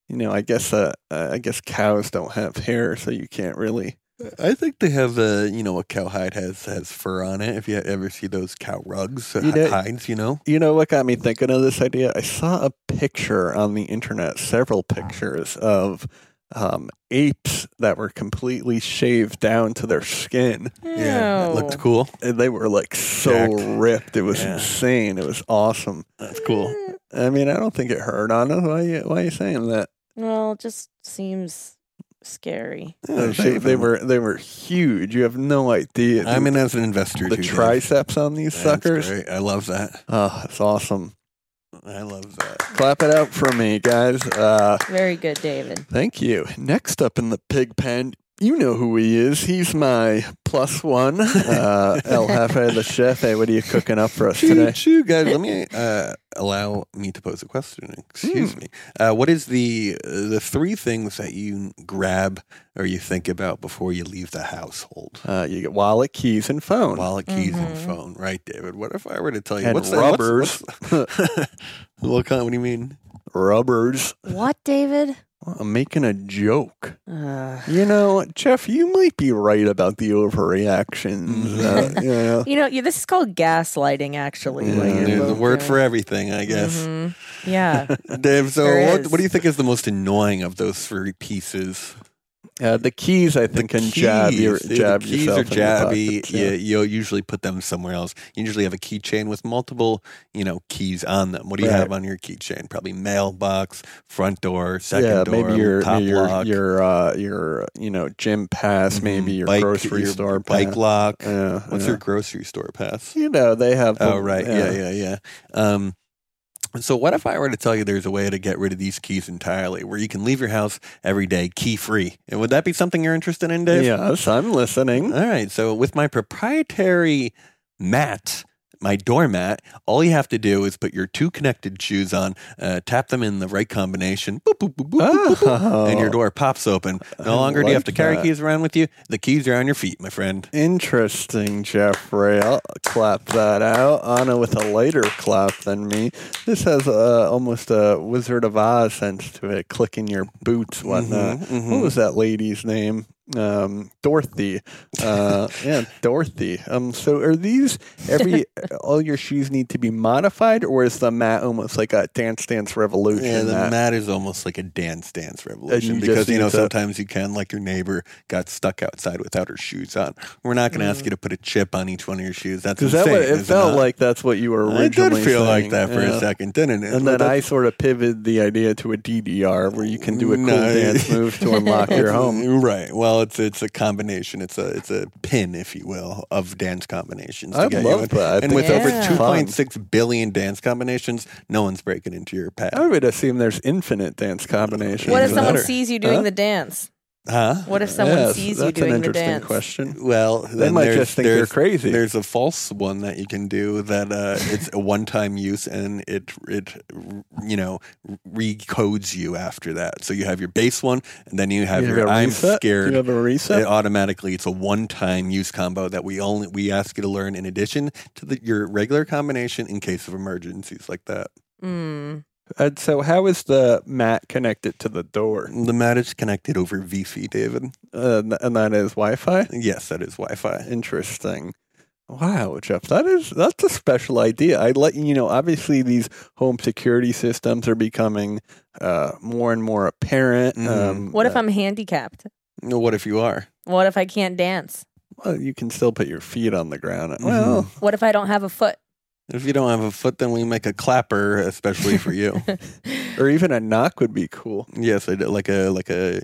C: you know, I guess uh, uh, I guess cows don't have hair, so you can't really.
D: I think they have a you know a cowhide has has fur on it. If you ever see those cow rugs uh,
C: You know-
D: hides, you know.
C: You know what got me thinking of this idea? I saw a picture on the internet, several pictures of um, apes that were completely shaved down to their skin,
D: Yeah, that
E: Ew.
D: looked cool.
C: and they were like so
D: Jacked.
C: ripped. It was
D: Yeah.
C: insane. It was awesome.
D: That's cool.
E: Mm.
C: I mean, I don't think it hurt on them. Why? you- Why are you saying that?
E: Well, it just seems scary.
D: Yeah,
C: Uh, they,
D: shave
C: they
D: them.
C: were they were huge. You have no idea.
D: I'm
C: dude.
D: in as an investor.
C: the
D: too, Dave.
C: triceps on these
D: That's
C: suckers.
D: great. I love that.
C: Oh, it's awesome.
D: I love that.
C: Clap it out for me, guys. Uh,
E: Very good, David.
C: Thank you. Next up in the pig pen, you know who he is. He's my plus one. Uh, El Jefe the chef. Hey, what are you cooking up for us
D: Choo
C: today?
D: choo, guys. Let me uh, allow me to pose a question. Excuse
C: Hmm.
D: me. Uh, what is the the three things that you grab or you think about before you leave the household?
C: Uh, you get wallet, keys, and phone.
D: Wallet, keys, and phone. Right, David. What if I were to tell you
C: Mm-hmm. And
D: what's
C: rubbers.
D: The, what's, what's, what kind? What do you mean?
C: Rubbers.
E: What, David?
C: I'm making a joke.
E: Uh,
C: You know, Jeff, you might be right about the overreactions. Uh, you know.
E: you know, yeah, this is called gaslighting, actually. what
C: Yeah,
E: you're
D: Uh, There's a
E: both
D: word
E: doing.
D: for everything, I guess.
E: Mhm. Yeah.
C: Mm-hmm.
D: Dave, so
E: There
D: what,
E: is.
D: what do you think is the most annoying of those three pieces?
C: Uh, the keys, I
D: The
C: think, can jab, your,
D: keys. The
C: jab
D: keys
C: yourself
D: are
C: in the
D: jabby.
C: pockets,
D: You, you'll usually put them somewhere else. You usually have a keychain with multiple, you know, keys on them. What do you
C: Right.
D: have on your keychain? Probably mailbox, front door, second
C: yeah,
D: door,
C: maybe your
D: top
C: your
D: lock, Mm-hmm.
C: your uh, your you know gym pass, maybe your
D: bike-
C: grocery
D: your
C: store
D: bike
C: pass.
D: lock.
C: Yeah,
D: What's
C: yeah.
D: your grocery store pass?
C: You know they have.
D: Oh,
C: the-
D: right. Yeah, yeah, yeah. Um, so, what if I were to tell you there's a way to get rid of these keys entirely, where you can leave your house every day key free? And would that be something you're interested in, Dave?
C: Yes, I'm listening.
D: All right. So, with my proprietary mat, my doormat, all you have to do is put your two connected shoes on, uh, tap them in the right combination, boop, boop, boop, boop, boop, boop,
C: Oh.
D: boop, and your door pops open. No
C: I
D: longer do you have to
C: like
D: carry
C: that.
D: keys around with you. The keys are on your feet, my friend.
C: Interesting, Jeffrey. I'll clap that out. Anna with a lighter clap than me. This has uh, almost a Wizard of Oz sense to it, clicking your
D: Mm-hmm,
C: boots, whatnot. What was that lady's name? Um, Dorothy. Uh, yeah, Dorothy. Um, so are these every all your shoes need to be modified, or is the mat almost like a Dance Dance Revolution?
D: Yeah, the
C: mat?
D: mat is almost like a dance dance revolution
C: just
D: because you know
C: need to-
D: sometimes you can like your neighbor got stuck outside without her shoes on. We're not going to ask you to put a chip on each one of your shoes. That's
C: Is that
D: insane,
C: what it
D: is
C: felt
D: not?
C: like? That's what you were
D: I did
C: originally.
D: feel
C: saying.
D: like that for
C: Yeah.
D: a second, didn't it?
C: And then I
D: That's-
C: sort of pivoted the idea to a DDR where you can do a cool
D: No.
C: dance move to unlock your home.
D: Right. Well, it's it's a combination. It's a it's a pin, if you will, of dance combinations. to
C: I'd
D: get you
C: love
D: in.
C: that. I
D: And
C: think
D: with
E: that's
D: over
E: fun.
D: two point six billion dance combinations, no one's breaking into your
C: I
D: pad.
C: would assume there's infinite dance combinations.
E: What if
D: Even
E: someone
D: better.
E: sees you doing
C: Huh?
E: the dance?
D: Huh?
E: What if someone
C: Yes,
E: sees you
C: that's
E: doing
C: an
E: the
C: interesting
E: dance?
C: question.
D: Well,
C: They
D: then
C: might
D: there's-
C: just think you're
D: there's-
C: crazy.
D: There's a false one that you can do that uh, it's a one-time use and it it you know recodes you after that. So you have your base one, and then you have
C: You have
D: your
C: a
D: I'm
C: reset?
D: scared.
C: You have a reset?
D: It automatically it's a one-time use combo that we only we ask you to learn in addition to the, your regular combination in case of emergencies like that.
E: Mm.
C: And so, how is the mat connected to the door?
D: The mat is connected over Wi-Fi, David.
C: Uh, and that is Wi-Fi.
D: Yes, that is Wi-Fi.
C: Interesting. Wow, Jeff, that is that's a special idea. I let you know. Obviously, these home security systems are becoming uh, more and more apparent.
D: Mhm.
C: Um,
E: What if I'm handicapped?
D: What if you are?
E: What if I can't dance?
C: Well, you can still put your feet on the ground.
D: Mm-hmm.
C: Well,
E: What if I don't have a foot?
D: If you don't have a foot, then we make a clapper, especially for you.
C: or even a knock would be cool.
D: Yes, I did, like a like a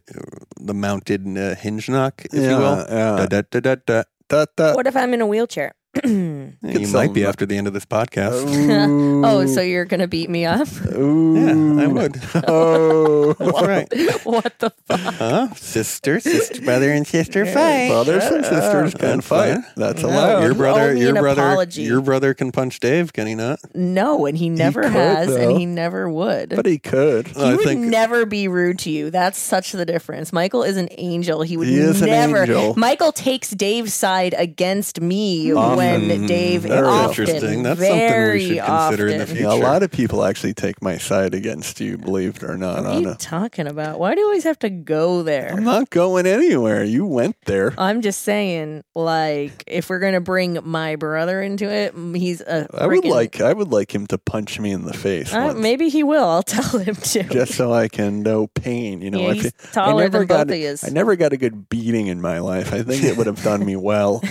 D: the mounted uh, hinge knock, if you will.
C: yeah. uh,
D: Da, da, da, da, da.
C: Da, da.
E: What if I'm in a wheelchair? oh,
D: Yeah,
C: Get
D: You might be
C: some-
D: after the end of this podcast.
C: Oh. Ooh.
E: so you're going to beat me up?
C: Ooh.
D: yeah, I would.
C: Oh,
D: That's right.
E: what the fuck?
D: Huh? Sister, sister, brother, and sister fight.
C: brothers and sisters can
D: That's
C: fight.
D: fine.
C: That's
E: No.
C: allowed.
D: Your
E: You owe
D: brother,
E: me
D: your
E: an
D: brother,
E: apology.
D: your brother can punch Dave, can he not?
E: No, and he never
C: could,
E: has,
C: though.
E: and he never would.
C: but he could.
E: he
D: I
E: would
D: think-
E: never be rude to you. That's such the difference. Michael is an angel. He would
C: He is an
E: never.
C: angel.
E: Michael takes Dave's side against me
C: Often.
E: when Dave Dave.
C: Um, Very
E: often,
D: interesting. That's
E: very
D: something we should consider in the
E: often.
D: future.
C: Yeah, a lot of people actually take my side against you, believe it or not.
E: What are you
C: Anna.
E: talking about? Why do you always have to go there?
C: I'm not going anywhere. You went there.
E: I'm just saying, like, if we're gonna bring my brother into it, m- he's a.
C: I would
E: frickin-
C: like I would like him to punch me in the face.
E: Uh,
C: once,
E: maybe he will. I'll tell him to.
C: just so I can know pain. You know,
E: yeah,
C: I
E: he's
C: feel- I
E: taller
C: never
E: than
C: got
E: both of yous.
C: I never got a good beating in my life. I think it would have done me well.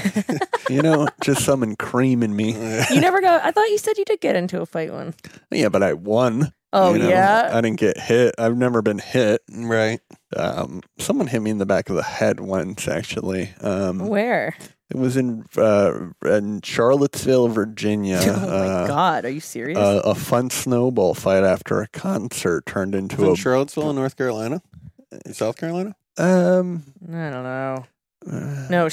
C: you know, just someone creaming me.
E: You never got. I thought you said you did get into a fight one.
C: Yeah, but I won.
E: Oh
C: you know?
E: yeah.
C: I didn't get hit. I've never been hit.
D: Right.
C: Um, someone hit me in the back of the head once, actually. Um,
E: Where?
C: it was in uh, in Charlottesville, Virginia.
E: oh my
C: uh,
E: god, are you serious?
C: a, a fun snowball fight after a concert turned into
D: From
C: a
D: Charlottesville, North Carolina, In South Carolina.
C: um.
E: I don't know.
C: uh,
E: No, Charlotte,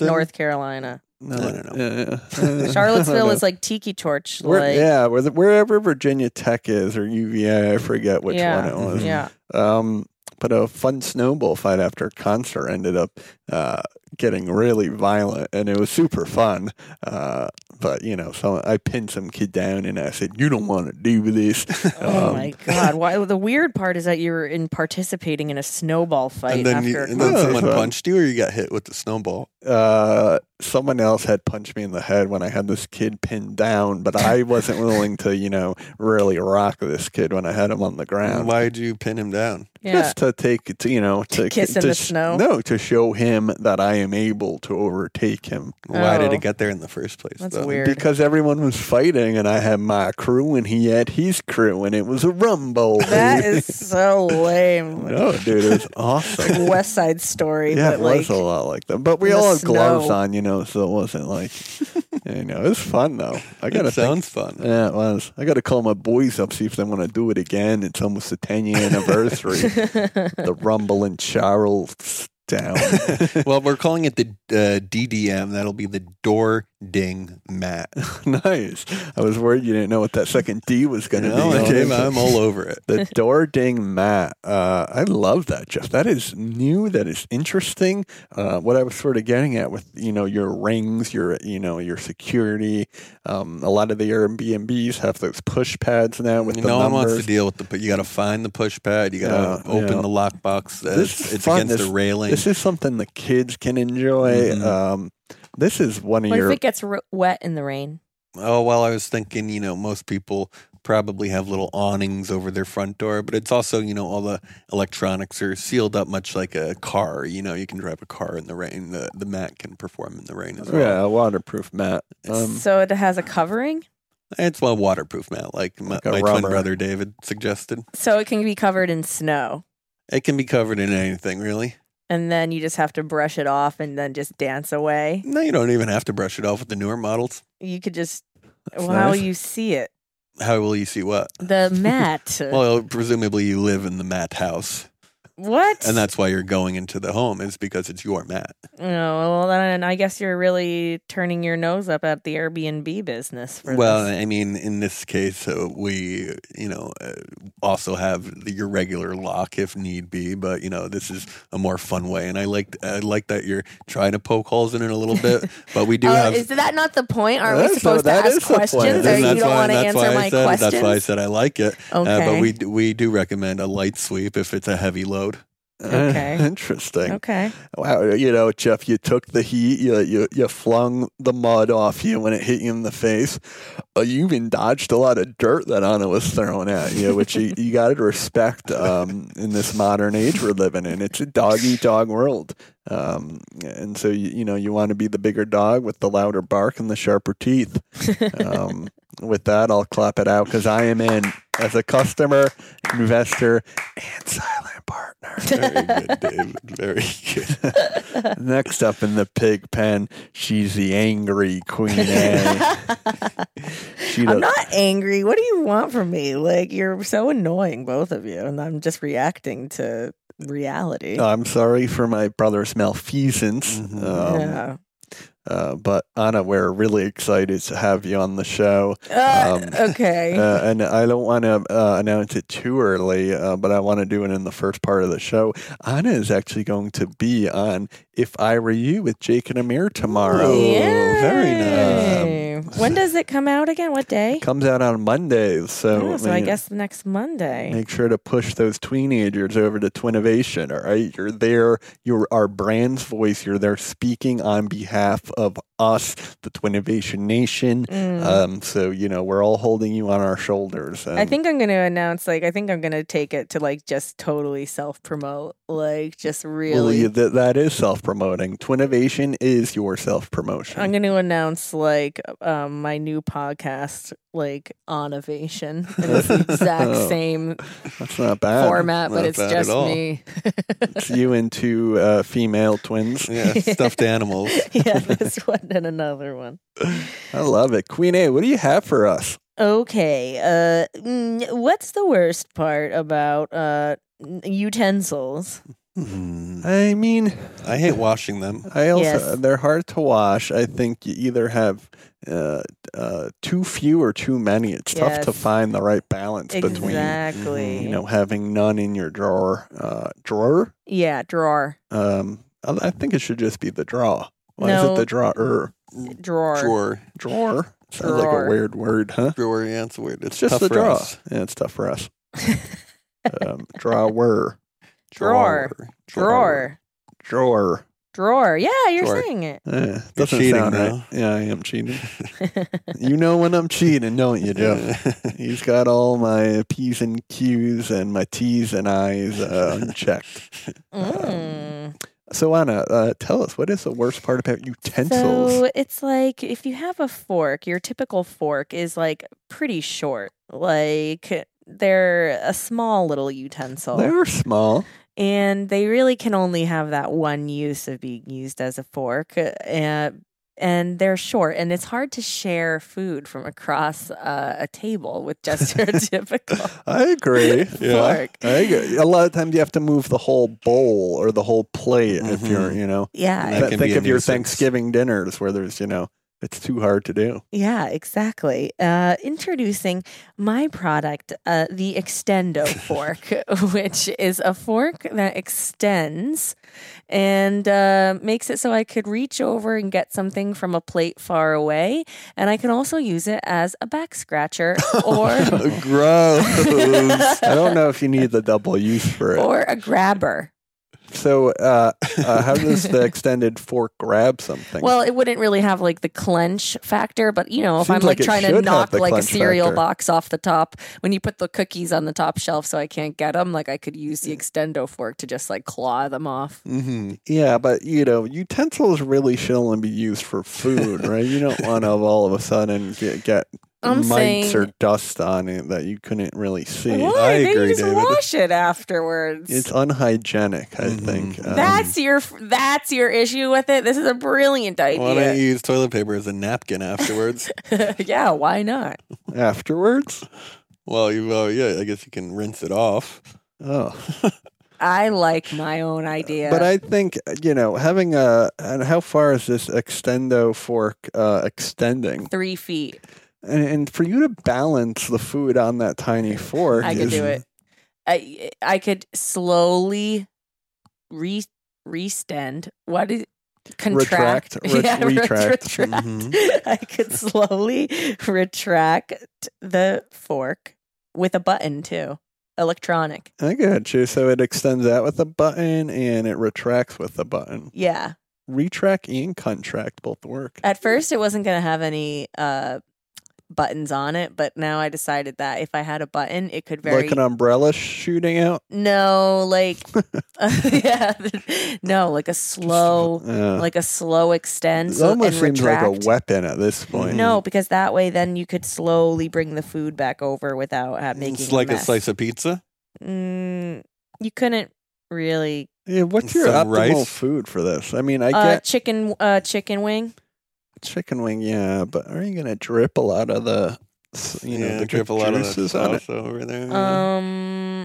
D: Charleston?
E: North Carolina.
C: no,
D: I don't
E: Charlottesville is
C: like.
E: like tiki torch.
C: Where,
E: like,
C: yeah, where the, wherever Virginia Tech is or UVA, I forget which
E: Yeah.
C: one it was.
E: yeah.
C: Um, but a fun snowball fight after a concert ended up uh, getting really violent, and it was super fun. Uh, but you know, so I pinned some kid down, and I said, "You don't want to do this."
E: Oh
C: Um,
E: my god! Why? The weird part is that you were in participating in a snowball fight
D: And then,
E: after.
D: you,
E: a
D: and
E: concert.
D: then
C: Oh,
D: someone
C: fun.
D: punched you, or you got hit with the snowball.
C: uh, someone else had punched me in the head when I had this kid pinned down, but I wasn't willing to, you know, really rock this kid when I had him on the ground.
D: Why'd you pin him down?
E: yeah.
C: Just to take, to, you know, to,
E: kiss in
C: to
E: the
C: sh-
E: snow?
C: No, to show him that I am able to overtake him
D: Why did
E: Oh.
D: it get there in the first place?
E: That's
D: though?
E: weird.
C: because everyone was fighting, and I had my crew, and he had his crew, and it was a rumble.
E: That is so lame.
C: no, dude, it was awesome.
E: West Side Story.
C: Yeah,
E: but
C: it was
E: like,
C: a lot like that, but we
E: in the
C: all had gloves
E: snow.
C: on, you know, so it wasn't like, you know, it was fun though. I
D: That
C: gotta think
D: sounds fun.
C: Yeah, it was. I got to call my boys up see if they want to do it again. It's almost the ten year anniversary. the Rumble in Charlestown.
D: well, we're calling it the uh, DDM. That'll be the door ding mat.
C: nice. I was worried you didn't know what that second D was going to
D: No,
C: be.
D: I came-
C: Honestly.
D: I'm all over it.
C: the door ding mat. Uh, I love that, Jeff. That is new. That is interesting. Uh, what I was sort of getting at with you know your rings, your you know your security. Um, a lot of the Airbnbs have those push pads now with the
D: no one wants
C: numbers.
D: to deal with the. pu- You got to find the push pad. You got to
C: Yeah,
D: open
C: yeah.
D: the lockbox. Uh,
C: This
D: It's,
C: is
D: it's
C: fun.
D: against the railing.
C: This is something the kids can enjoy.
D: Mhm.
C: Um, this is one of
E: What
C: your.
E: if it gets ro- wet in the rain?
D: Oh, well, I was thinking, you know, most people probably have little awnings over their front door, but it's also, you know, all the electronics are sealed up much like a car. You know, you can drive a car in the rain. The, the mat can perform in the rain as well.
C: yeah, a waterproof mat. Um,
E: so it has a covering,
D: It's a waterproof mat, like my,
C: Like a
D: my twin
C: rubber.
D: brother David suggested.
E: so it can be covered in snow,
D: It can be covered in anything, really.
E: and then you just have to brush it off and then just dance away.
D: No, you don't even have to brush it off with the newer models.
E: You could just
C: That's
E: how
C: nice.
E: you see it.
D: How will you see what?
E: The mat.
D: Well, presumably you live in the mat house,
E: what?
D: and that's why you're going into the home is because it's your mat.
E: Oh, well, then I guess you're really turning your nose up at the Airbnb business. For
D: Well,
E: this.
D: I mean, in this case, uh, we, you know, uh, also have the, your regular lock if need be, but you know, this is a more fun way, and I like I like that you're trying to poke holes in it a little bit, but we do
C: Uh,
E: Oh,
D: have.
E: is that not the point? Aren't
C: That's
E: we
C: what-
E: supposed
C: that
E: to
C: is
E: ask
C: the point.
E: questions, or
D: and
C: Then
E: you
D: that's
E: don't
D: why,
E: want to
D: that's
E: answer
D: why I
E: my
D: said,
E: questions?
D: That's why I said I like it. Uh, but
E: Okay.
D: we d- we do recommend a light sweep if it's a heavy load.
E: Okay.
C: Interesting.
E: okay.
C: Wow. You know, Jeff, you took the heat. You, you you flung the mud off you when it hit you in the face. Uh, you even dodged a lot of dirt that Anna was throwing at you, which you, you got to respect um, in this modern age we're living in. It's a dog eat dog world. Um, and so, you, you know, you want to be the bigger dog with the louder bark and the sharper teeth. Um, with that, I'll clap it out because I am in as a customer, investor, and silent partner.
D: Very good, David. Very good.
C: Next up in the pig pen, she's the angry Queen Anne. she does,
E: I'm not angry. What do you want from me? Like you're so annoying, both of you, and I'm just reacting to reality.
D: Uh,
C: I'm sorry for my brother's malfeasance.
D: Mhm.
C: Um,
E: Mm-hmm. yeah.
C: uh, but Anna, we're really excited to have you on the show.
E: Uh,
C: um,
E: okay.
C: Uh, and I don't want to uh, announce it too early, uh, but I want to do it in the first part of the show. Anna is actually going to be on If I Were You with Jake and Amir tomorrow.
D: Ooh, very nice.
E: Yay. amazing. When does it come out again? What day?
C: Comes out on Mondays, so
E: Oh, so I
C: mean,
E: guess next Monday.
C: make sure to push those teenagers over to Twinnovation. All right, you're there. You're our brand's voice. You're there speaking on behalf of us, the Twinnovation Nation. Um, so you know we're all holding you on our shoulders.
E: Mm. I
C: and-
E: think I'm gonna announce like I think I'm gonna take it to like just totally self promote. Like just
C: Well,
E: really
C: you- that that is self promoting. Twinnovation is your self
E: I'm
C: promotion.
E: going to announce like um, my new podcast, like Onovation, and it's the exact
C: Oh,
E: same
C: That's not bad.
E: format, but
D: not
E: it's
D: bad at
E: just
D: all.
E: me.
C: It's you and two uh, female twins.
D: Yeah, stuffed animals.
E: yeah, this one and another one.
C: I love it. Queen A, what do you have for us?
E: Okay, uh, mm, what's the worst part about uh, n- utensils?
D: Hmm.
C: I mean,
D: I hate washing them.
C: I also
E: Yes.
C: they're hard to wash. I think you either have uh, uh, too few or too many. It's tough to
E: Yes.
C: find the right balance between
E: Exactly.
C: you know having none in your drawer uh, drawer.
E: yeah, drawer,
C: Um, I I think it should just be the draw. Why is
E: No.
C: it the drawer?
E: drawer.
D: Drawer.
C: Drawer sounds like a
E: Drawer.
C: weird word, huh?
D: Drawer, yeah, it's weird. It's,
C: It's just
D: tough
C: the
D: for
C: draw.
D: us.
C: Yeah, it's tough for us. um, drawer,
E: Drawer. Drawer.
C: drawer.
E: Drawer. Yeah, you're
D: Drawer.
E: saying it.
C: Eh, doesn't
D: cheating
C: sound right.
D: now.
C: Yeah, I am cheating. you know when I'm cheating, don't you, Joe? He's got all my P's and Q's and my T's and I's uh, unchecked.
E: Mm.
C: So, Anna, uh, tell us, what is the worst part about utensils?
E: So it's like if you have a fork, your typical fork is like pretty short. Like they're a small little utensil.
C: They're small.
E: and they really can only have that one use of being used as a fork. Uh, and they're short, and it's hard to share food from across uh, a table with just your typical
C: I agree.
E: fork.
C: I agree. A lot of times you have to move the whole bowl or the whole plate if
D: Mhm.
C: you're, you know.
E: Yeah,
D: That
C: Th-
D: can
C: think
D: be a
C: of your
D: nuisance.
C: Thanksgiving dinners where there's, you know, it's too hard to do.
E: Yeah, exactly. Uh, introducing my product, uh, the Extendo fork, which is a fork that extends and uh, makes it so I could reach over and get something from a plate far away. And I can also use it as a back scratcher or
C: Gross. Oh, I don't know if you need the double use for it.
E: or a grabber.
C: So, uh, uh, how does the extended fork grab something?
E: Well, it wouldn't really have like the clench factor, but you know, if
C: Seems
E: I'm like,
C: like it
E: trying
C: should
E: to
C: have
E: knock
C: the
E: like a
C: clench
E: cereal
C: factor.
E: box off the top, when you put the cookies on the top shelf so I can't get them, like I could use the extendo fork to just like claw them off.
D: hmm
C: yeah, but you know, utensils really should only be used for food, right? You don't want to all of a sudden get, get
E: I'm
C: mites
E: saying-
C: or dust on it that you couldn't really see.
E: Why? Then
D: agree,
E: you just
D: David.
E: wash it afterwards.
C: It's unhygienic, I think. Um,
E: that's your that's your issue with it. This is a brilliant
D: Why don't
E: idea.
D: you use toilet paper as a napkin afterwards?
E: yeah, why not?
C: afterwards.
D: well, you, well, yeah, I guess you can rinse it off.
C: Oh,
E: I like my own idea.
C: but I think you know having a and how far is this extendo fork uh, extending?
E: three feet.
C: And, and for you to balance the food on that tiny fork,
E: I could
C: is-
E: do it. I I could slowly re restend. What is contract?
C: Retract, re-
E: re-
C: retract. Mm-hmm.
E: retract.
D: Mhm.
E: I could slowly retract the fork with a button too. Electronic.
C: I got you. So it extends out with a button and it retracts with a button.
E: Yeah.
C: Retract and contract both work.
E: At first it wasn't gonna have any uh buttons on it, but now I decided that if I had a button, it could very
C: Like an umbrella shooting out.
E: no, like yeah, no, like a slow,
C: Yeah.
E: like a slow extend.
C: Uh, it
E: So,
C: almost
E: and
C: seems
E: retract.
C: like a weapon at this point.
E: No, because that way, then you could slowly bring the food back over without ha- making.
D: it's like
E: a,
D: a slice of pizza.
E: Mm, you couldn't really
C: Yeah, what's your
D: Some
C: optimal
D: rice?
C: food for this? I mean, I
E: uh,
C: get
E: chicken uh, chicken wing.
C: chicken wing, yeah, but are you going to drip a lot of the, s- you know,
D: yeah,
C: the
D: drip a
C: good
D: lot of that
C: juices on it?
D: sauce over there.
E: Um.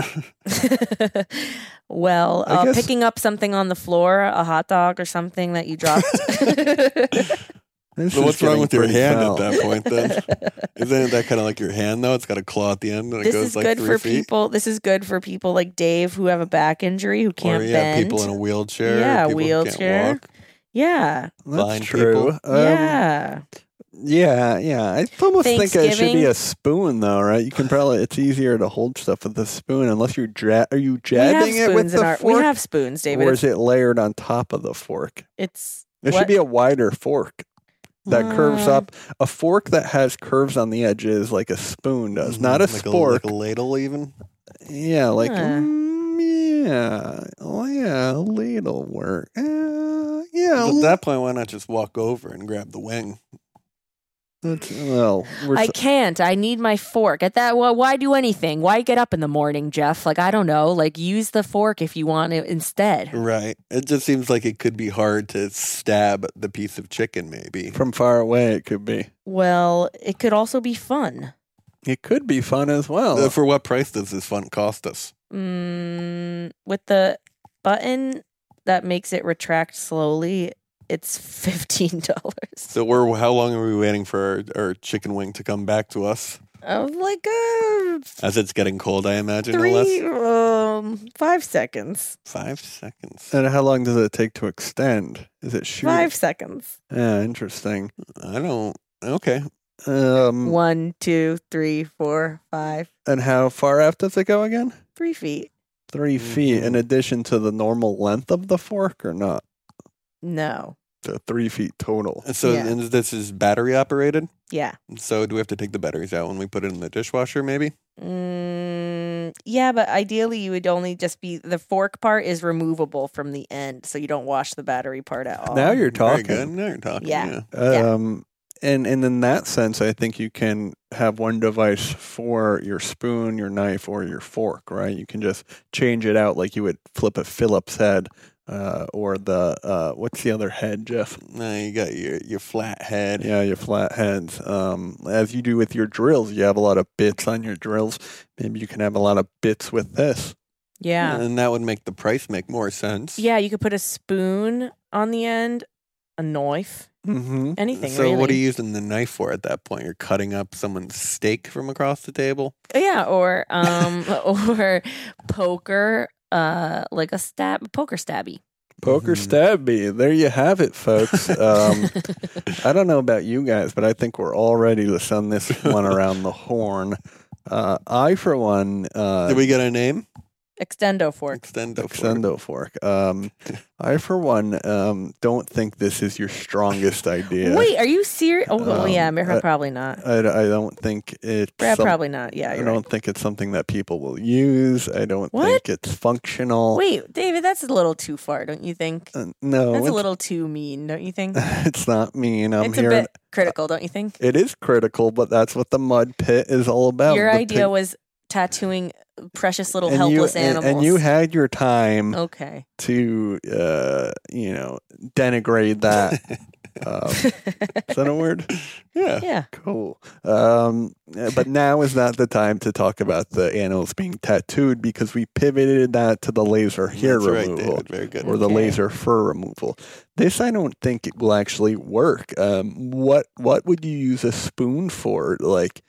E: well,
C: I
E: uh,
C: guess-
E: picking up something on the floor, a hot dog or something that you dropped.
C: This
D: So
C: is
D: what's wrong
C: getting
D: with your
C: pretty
D: hand
C: foul.
D: at that point then? Isn't that kind of like your hand though? It's got a claw at the end and it
E: this
D: goes
E: is
D: like
E: good
D: three
E: for
D: feet.
E: people. This is good for people like Dave who have a back injury who can't
D: or yeah,
E: bend.
D: people in a wheelchair.
E: Yeah,
D: people who can't
E: wheelchair.
D: walk.
E: yeah,
C: That's
D: Blind
C: true.
D: people.
C: Um,
E: yeah.
C: Yeah, yeah. I almost think it should be
E: Thanksgiving?
C: a spoon, though, right? You can probably. It's easier to hold stuff with a spoon, unless you're ja- are you
E: We have
C: jabbing it with
E: spoons in
C: the
E: our.
C: fork,
E: We have spoons, David.
C: or
E: It's,
C: is it layered on top of the fork?
E: it's
C: It
E: what?
C: should be a wider fork that curves
E: Mm.
C: up. A fork that has curves on the edges, like a spoon does, not a
D: Mm, like
C: spork.
D: like a ladle, even.
C: yeah, like
E: Huh.
C: mm, yeah, oh, yeah, a ladle work. Uh,
D: 'Cause
C: yeah,
D: At that point, why not just walk over and grab the wing?
C: that's, well, we're
E: I
C: so-
E: can't. I need my fork. At that, well, why do anything? Why get up in the morning, Jeff? Like I don't know. Like use the fork if you want it instead.
D: Right. It just seems like it could be hard to stab the piece of chicken, maybe.
C: from far away. It could be.
E: Well, it could also be fun.
C: It could be fun as well.
D: Uh, For what price does this fun cost us?
E: Mm, with the button that makes it retract slowly, it's fifteen dollars.
D: So we're how long are we waiting for our, our chicken wing to come back to us?
E: Of like uh,
D: As it's getting cold, I imagine. no
E: three,
D: less.
E: um, five seconds.
D: five seconds.
E: Uh,
C: and how long does it take to extend? Is it shoot?
E: Five seconds.
C: Yeah, interesting.
D: I don't. Okay.
C: Um,
E: One, two, three, four, five,
C: and how far out does it go again?
E: three feet.
C: 3 feet in
D: Mhm.
C: addition to the normal length of the fork, or not?
E: No.
C: So three feet total.
D: So
E: Yeah.
D: and this is battery operated.
E: Yeah.
D: So do we have to take the batteries out when we put it in the dishwasher? Maybe.
E: Mm, yeah, but ideally you would only just be the fork part is removable from the end, so you don't wash the battery part at all.
C: Now you're
D: Mm, Very
C: talking.
D: good. Now you're talking.
E: Yeah.
D: Yeah.
E: Yeah.
C: Um, and and in that sense, I think you can have one device for your spoon, your knife, or your fork. Right? You can just change it out like you would flip a Phillips head, uh, or the uh, what's the other head, Jeff?
D: Now you got your your flat head.
C: Yeah, your flat heads. Um, as you do with your drills, you have a lot of bits on your drills. Maybe you can have a lot of bits with this.
E: yeah.
D: And that would make the price make more sense.
E: Yeah, you could put a spoon on the end, a knife,
C: Mm-hmm.
E: anything.
D: so what are
E: really.
D: you using the knife for at that point? You're cutting up someone's steak from across the table.
E: Oh, Yeah, or um, or poker, uh, like a stab, poker stabby.
C: Poker
D: Mhm.
C: stabby. There you have it, folks. Um, I don't know about you guys, but I think we're all ready to send this one around the horn. Uh, I, for one, uh,
D: Did we get a name?
E: Extendo fork.
D: Extendo. fork.
C: extendo fork. Um, I, for one, um, don't think this is your strongest idea.
E: Wait, are you serious? Oh, well,
C: Um,
E: yeah, Mira,
C: I-
E: probably not.
C: I, I don't think it's.
E: Brad,
C: some-
E: probably not. Yeah,
C: I
E: you're
C: don't
E: right.
C: think it's something that people will use. I don't
E: What?
C: think it's functional.
E: Wait, David, that's a little too far, don't you think?
C: Uh, no,
E: That's a
C: it's,
E: little too mean, don't you think?
C: it's not mean. I'm
E: it's a
C: here.
E: bit critical, don't you think?
C: It is critical, but that's what the mud pit is all about.
E: Your
C: The
E: idea
C: pig-
E: was tattooing precious little
C: and you-
E: helpless
C: and-
E: animals.
C: And you had your time
E: okay.
C: to, uh, you know, denigrate that. um, is that a word?
D: Yeah.
E: yeah.
C: Cool. Um, uh, but now is not the time to talk about the animals being tattooed because we pivoted that to the laser hair
D: That's right,
C: removal.
D: David. Very good.
C: Or the
E: Okay.
C: laser fur removal. This I don't think it will actually work. Um, what what would you use a spoon for? Like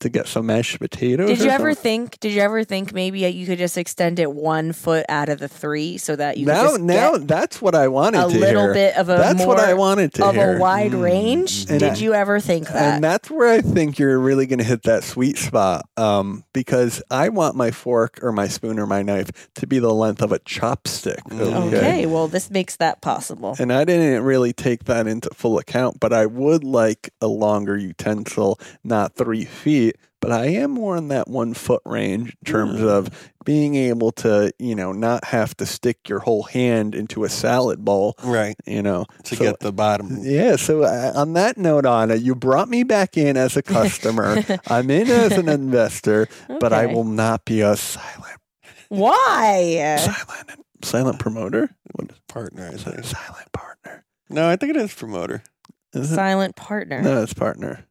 C: to get some mashed potatoes?
E: Did
C: or
E: you ever
C: something?
E: think? Did you ever think maybe you could just extend it one foot out of the three so that you could
C: now
E: just
C: now
E: get
C: that's what I wanted
E: a
C: to
E: little
C: hear.
E: bit of a
C: that's
E: more
C: what I wanted to
E: of
C: hear.
E: a uh, wide
D: Mm.
E: range?
D: And
E: did
C: I-
E: you ever think that?
C: and that's where I think you're really going to hit that sweet spot um, because I want my fork or my spoon or my knife to be the length of a chopstick.
E: okay. well, this makes that possible.
C: And I didn't really take that into full account, but I would like a longer utensil, not three feet. But I am more in that one foot range in terms of being able to, you know, not have to stick your whole hand into a salad bowl,
D: Right.
C: you know.
D: To
C: So-
D: get the bottom.
C: yeah. So uh, on that note, Anna, you brought me back in as a customer. I'm in as an investor, but I
E: Okay.
C: will not be a silent,
D: Eh.
E: Why?
C: silent, silent promoter. What is
D: partner. I
C: is it?
D: think.
C: Silent partner.
D: No, I think it is promoter.
C: Is it?
E: Silent partner.
C: No, it's partner.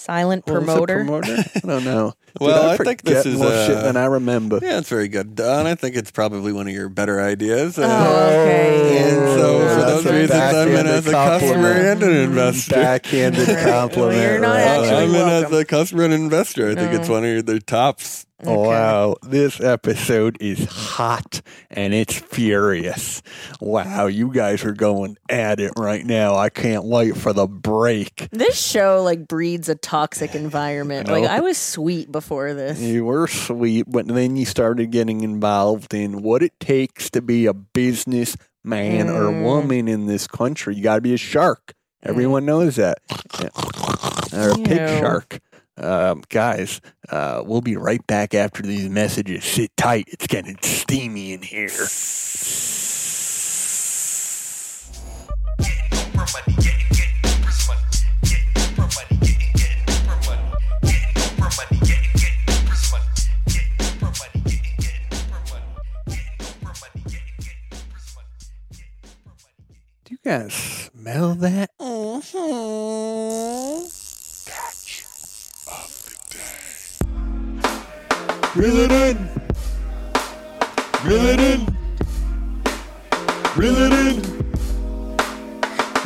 E: Silent
C: Well, is it
E: promoter.
C: promoter? I don't know. Dude,
D: Well, I, think this
C: forget
D: is
C: more shit
D: uh,
C: than I remember.
D: Yeah, it's very good, Don. I think it's probably one of your better ideas. Uh,
E: Oh, okay.
D: and so,
E: Oh,
D: for
E: that's
D: those
E: a
D: reasons, I'm in
C: backhanded
D: as a customer
C: compliment.
D: and an investor.
C: Backhanded
E: Well,
C: compliment.
E: you're not
C: right?
E: actually
D: I'm in as
E: welcome. Oh.
D: a customer and investor. I think it's
E: No.
D: one of your their tops.
C: Oh, Wow, this episode is hot and it's furious. Wow, you guys are going at it right now. I can't wait for the break.
E: This show like breeds a toxic environment. Like
C: No.
E: I was sweet before this.
C: You were sweet, but then you started getting involved in what it takes to be a business man or
D: Mm.
C: woman in this country. You got to be a shark. Everyone knows that. Or a pig
E: Ew.
C: shark. Um, guys, uh, we'll be right back after these messages. Sit tight. It's getting steamy in here.
B: Getting Oprah money, getting, getting Oprah's money. Getting Oprah money, getting, getting Oprah money. Getting Oprah money, getting, getting Oprah's money. Getting Oprah money, getting, getting Oprah money. Getting Oprah money, getting, getting Oprah's money. Getting Oprah money, getting, getting
C: Do you guys smell that?
F: Reel it in. Reel it in. Reel it in.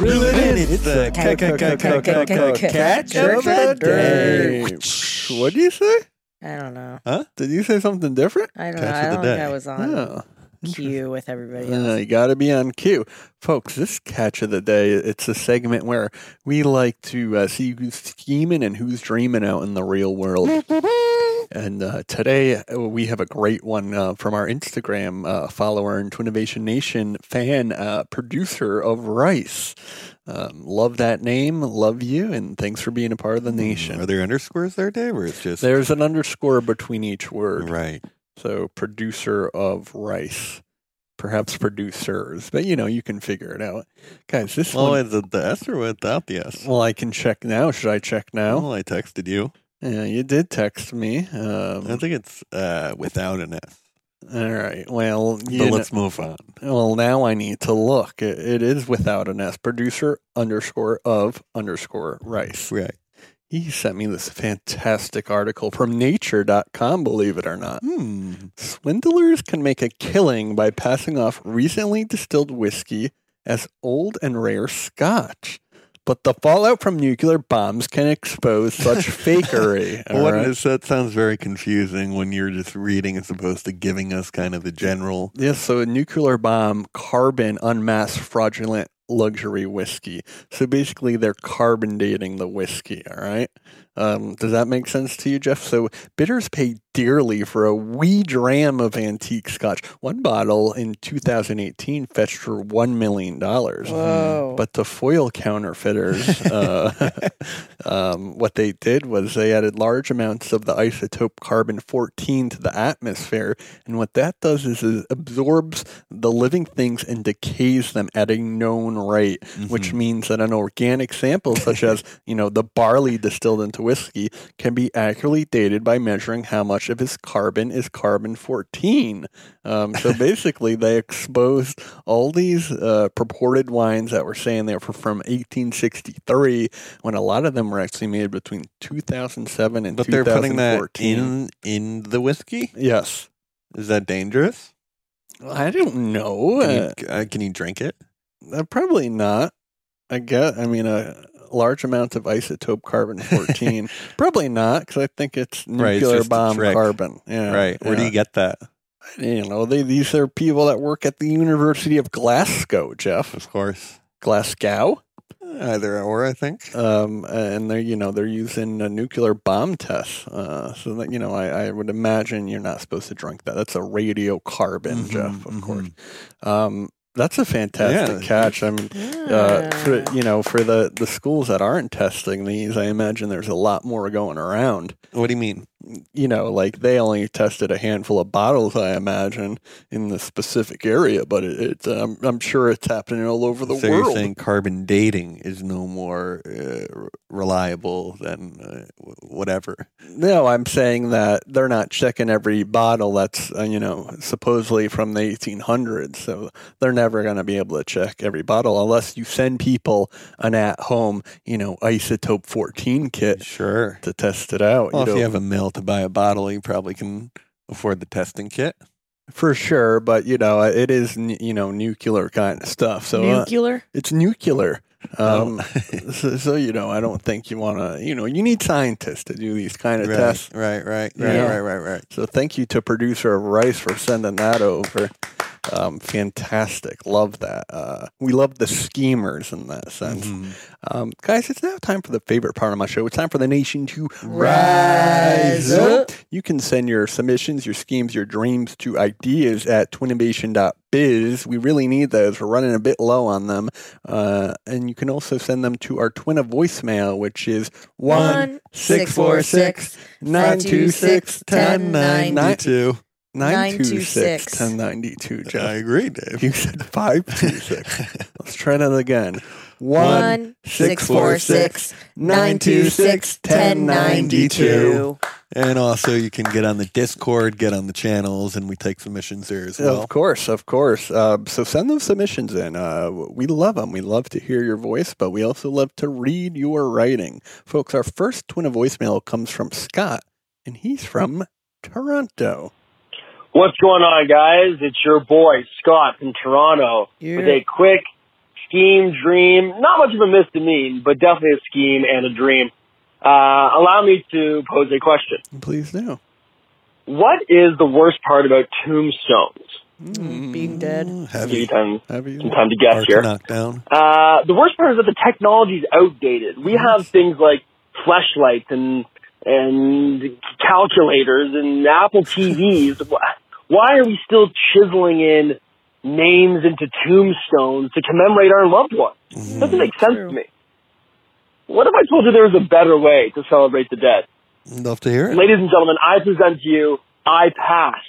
F: Reel it in.
D: It's the
E: ca- ca- ca- ca- ca- ca- ca-
C: Catch of the day. What do you say?
E: I don't know.
C: Did you say something different? Oh.
E: I don't
D: Catch of
E: know. I
D: the
E: don't think
D: day.
E: I was on
C: No.
E: cue with everybody
C: Uh,
E: else.
C: you got to be on cue, folks. This catch of the day. It's a segment where we like to uh, see who's scheming and who's dreaming out in the real world. And uh, today uh, we have a great one uh, from our Instagram uh, follower and Twinnovation Nation fan, uh, producer of Rice. Um, love that name. Love you, and thanks for being a part of the
D: Are
C: nation.
D: there underscores there, Dave, or it's just
C: There's an underscore between each word.
D: right?
C: So producer of rice, perhaps producers, but you know you can figure it out, guys. This
D: Well,
C: one.
D: is it the S or without the S?
C: well, I can check now. Should I check now?
D: Well, I texted you.
C: Yeah, you did text me.
D: I
C: Um,
D: think it's uh, without an S.
C: all right. Well, you
D: But
C: kn-
D: let's move on.
C: well now I need to look. It, it is without an S. Producer underscore of underscore rice.
D: Right.
C: He sent me this fantastic article from Nature.com. Believe it or not.
D: Hmm.
C: Swindlers can make a killing by passing off recently distilled whiskey as old and rare scotch. But the fallout from nuclear bombs can expose such fakery. all
D: What
C: right?
D: is- that sounds very confusing when you're just reading as opposed to giving us kind of the general.
C: Yes, so a nuclear bomb, carbon unmasked fraudulent luxury whiskey. So basically, they're carbon dating the whiskey. All right. Um, does that make sense to you, Jeff? So bidders pay dearly for a wee dram of antique scotch. One bottle in 2018 fetched for one million dollars.
E: Whoa.
C: But the foil counterfeiters, uh, um, what they did was they added large amounts of the isotope carbon 14 to the atmosphere. And what that does is it absorbs the living things and decays them at a known rate, which means that an organic sample, such as, you know, the barley distilled into whiskey, can be accurately dated by measuring how much of its carbon is carbon 14. Um, so basically, they exposed all these uh, purported wines that were saying they were from 1863, when a lot of them were actually made between 2007 and
D: But they're
C: 2014.
D: putting that in in the whiskey.
C: Yes.
D: Is that dangerous?
C: I don't know.
D: Can you, uh, can you drink it?
C: Uh, probably not. I guess. I mean, a large amount of isotope carbon fourteen. probably not, because I think it's
D: Right, it's
C: nuclear
D: just a
C: bomb
D: trick.
C: carbon. Yeah,
D: right. Where do
C: yeah.
D: you get that?
C: You know, they these are people that work at the University of Glasgow, Jeff.
D: Of course.
C: Glasgow.
D: Either or, I think.
C: um, and they're you know they're using a nuclear bomb test. Uh, so that you know, I, I would imagine you're not supposed to drink that. That's a radiocarbon,
D: Mhm,
C: Jeff. Of
D: mhm.
C: course. Um, that's a fantastic
D: Yeah.
C: catch. I mean, uh, for, you know, for the the schools that aren't testing these, I imagine there's a lot more going around.
D: What do you mean?
C: You know, like they only tested a handful of bottles, I imagine, in the specific area, but it, it's I'm, I'm sure it's happening all over the
D: so
C: world.
D: you're saying carbon dating is no more uh, r- reliable than uh, w- whatever.
C: No, I'm saying that they're not checking every bottle that's, uh, you know, supposedly from the 1800s. So they're never going to be able to check every bottle unless you send people an at home, you know, isotope 14 kit
D: Sure.
C: to test it out.
D: Well, if
C: know.
D: you have a mill to buy a bottle, you probably can afford the testing kit.
C: For sure. But, you know, it is, n- you know, nuclear kind of stuff. So uh,
E: Nuclear?
C: it's nuclear.
D: Oh.
C: Um, so, so, you know, I don't think you want to. You know, you need scientists to do these kind of
D: Right,
C: tests.
D: right, right, right,
C: Yeah.
D: right, right, right.
C: So thank you to producer of Rice for sending that over. Um, fantastic. Love that. Uh, we love the schemers in that sense.
D: Mm-hmm.
C: Um, guys, it's now time for the favorite part of my show. It's time for the nation to rise up. You can send your submissions, your schemes, your dreams to ideas at twinnovation.biz. We really need those. We're running a bit low on them. Uh, and you can also send them to our twin of voicemail, which is
E: One, six, four, six,
C: 926
D: 92.
C: 926 1092,
D: I
C: Josh.
D: agree, Dave.
C: You said 526. Let's try that again. One six four six nine two six ten ninety two.
D: 1092. And also, you can get on the Discord, get on the channels, and we take submissions there as well.
C: Of course, of course. Uh, so send those submissions in. Uh, we love them. We love to hear your voice, but we also love to read your writing. Folks, our first twin of voicemail comes from Scott, and he's from Toronto.
G: What's going on, guys? It's your boy, Scott from Toronto, with a quick scheme dream. Not much of a misdemeanor, but definitely a scheme and a dream. Uh, allow me to pose a question.
C: Please do.
G: What is the worst part about tombstones?
E: Being dead.
G: Give you
D: Heavy.
G: time,
C: Have
G: some
C: you?
G: time to guess
D: Arc
G: here.
D: knockdown.
G: Uh, the worst part is that the technology is outdated. We have things like flashlights and and calculators and Apple TVs. Wh- Why are we still chiseling in names into tombstones to commemorate our loved ones? Doesn't make sense to me. What if I told you there was a better way to celebrate the dead?
D: Love to hear it.
G: Ladies and gentlemen, I present to you iPass,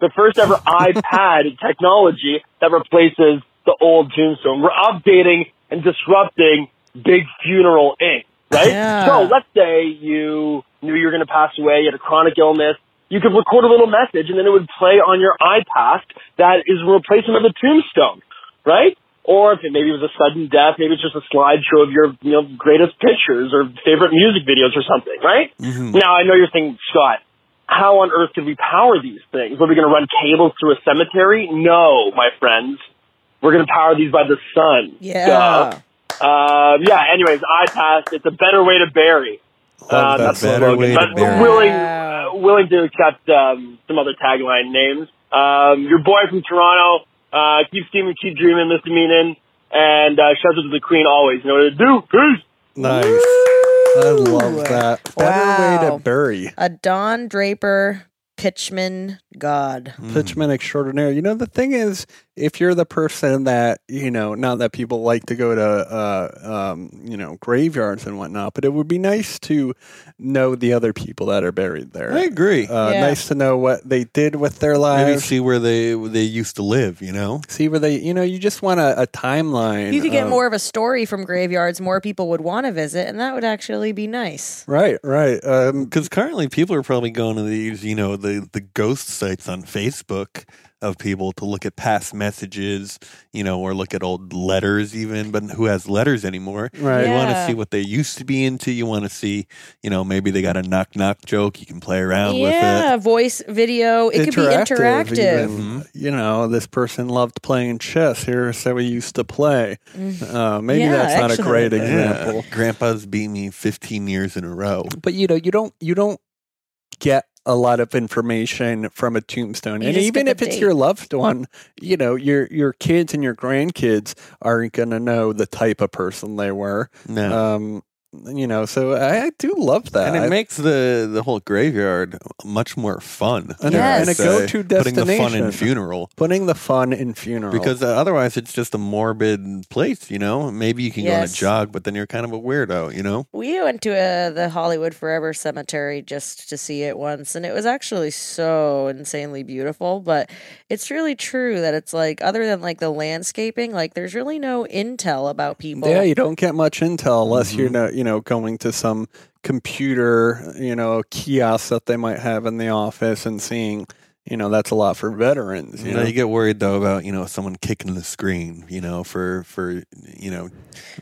G: the first ever iPad technology that replaces the old tombstone. We're updating and disrupting Big Funeral Inc., right?
E: Yeah.
G: So let's say you knew you were going to pass away, you had a chronic illness. You could record a little message and then it would play on your iPass that is a replacement of the tombstone, right? Or if it maybe was a sudden death, maybe it's just a slideshow of your you know, greatest pictures or favorite music videos or something, right? Now I know you're thinking, Scott, how on earth could we power these things? Are we going to run cables through a cemetery? No, my friends. We're going to power these by the sun.
E: Yeah.
G: Duh. Um, yeah. Anyways, I passed. It's a better way to bury.
C: Ah,
D: Love that.
G: Ah, that's the
D: Better
G: slogan.
D: way to
G: But
D: bury.
G: Willing,
E: Wow.
G: uh, willing to accept um, some other tagline names. Um, your boy from Toronto. Uh, keep steaming, keep dreaming, Mr. Meenan, and uh, shout out to the Queen always. You know what to do. Peace.
C: Nice. I love that. Better way
E: Wow.
C: to bury.
E: A Don Draper pitchman god.
G: Hmm.
D: Hmm.
C: Pitchman extraordinaire. You know, the thing is, if you're the person that, you know, not that people like to go to, uh, um, you know, graveyards and whatnot, but it would be nice to know the other people that are buried there.
D: I agree.
C: Uh,
E: Yeah.
C: Nice to know what they did with their
D: Maybe
C: lives. See,
D: see where they they used to live. You know.
C: where they, you know, you just want a, a timeline.
E: You could get
C: of-
E: more of a story from graveyards. More people would want to visit, and that would actually be nice.
C: Right, right. Um,
D: Because currently, people are probably going to these, you know, the the ghost sites on Facebook of people to look at past messages, you know, or look at old letters, even. But who has letters anymore?
C: Right.
D: You want to
E: Yeah.
D: see what they used to be into. You want to see, you know, maybe they got a knock knock joke. You can play around
E: yeah,
D: with
E: voice, video. It could be interactive.
C: even.
D: Mm-hmm.
C: You know, this person loved playing chess. Here's how we used to play. Uh, maybe
E: Mm. Yeah,
C: that's not a
E: excellent.
C: great
D: it. Yeah.
C: example.
D: Grandpa's beat me fifteen years in a row.
C: But you know, you don't you don't get a lot of information from a tombstone.
E: You
C: and
E: just
C: even
E: get
C: if
E: the
C: it's
E: date.
C: your loved one, you know, your your kids and your grandkids aren't gonna know the type of person they were.
D: No.
C: Um you know, so I, I do love that.
D: and
C: I-
D: it makes the, the whole graveyard much more fun.
C: And
E: a-
D: I
E: and a
D: would say,
C: go-to
D: Putting the fun
C: destination.
D: in funeral.
C: putting the fun in funeral.
D: Because uh, otherwise, it's just a morbid place, you know? Maybe you can go on a
E: Yes.
D: jog, but then you're kind of a weirdo, you know?
E: We went to uh, the Hollywood Forever Cemetery just to see it once, and it was actually so insanely beautiful. But it's really true that it's like, other than like the landscaping, like there's really no intel about people.
D: Oh.
C: yeah, you don't get much intel unless
D: Mm-hmm.
C: you're not, you know, going to some computer, you know, kiosk that they might have in the office and seeing, you know that's a lot for veterans. You
D: You,
C: know?
D: know, you get worried though about you know someone kicking the screen, you know, for for you know,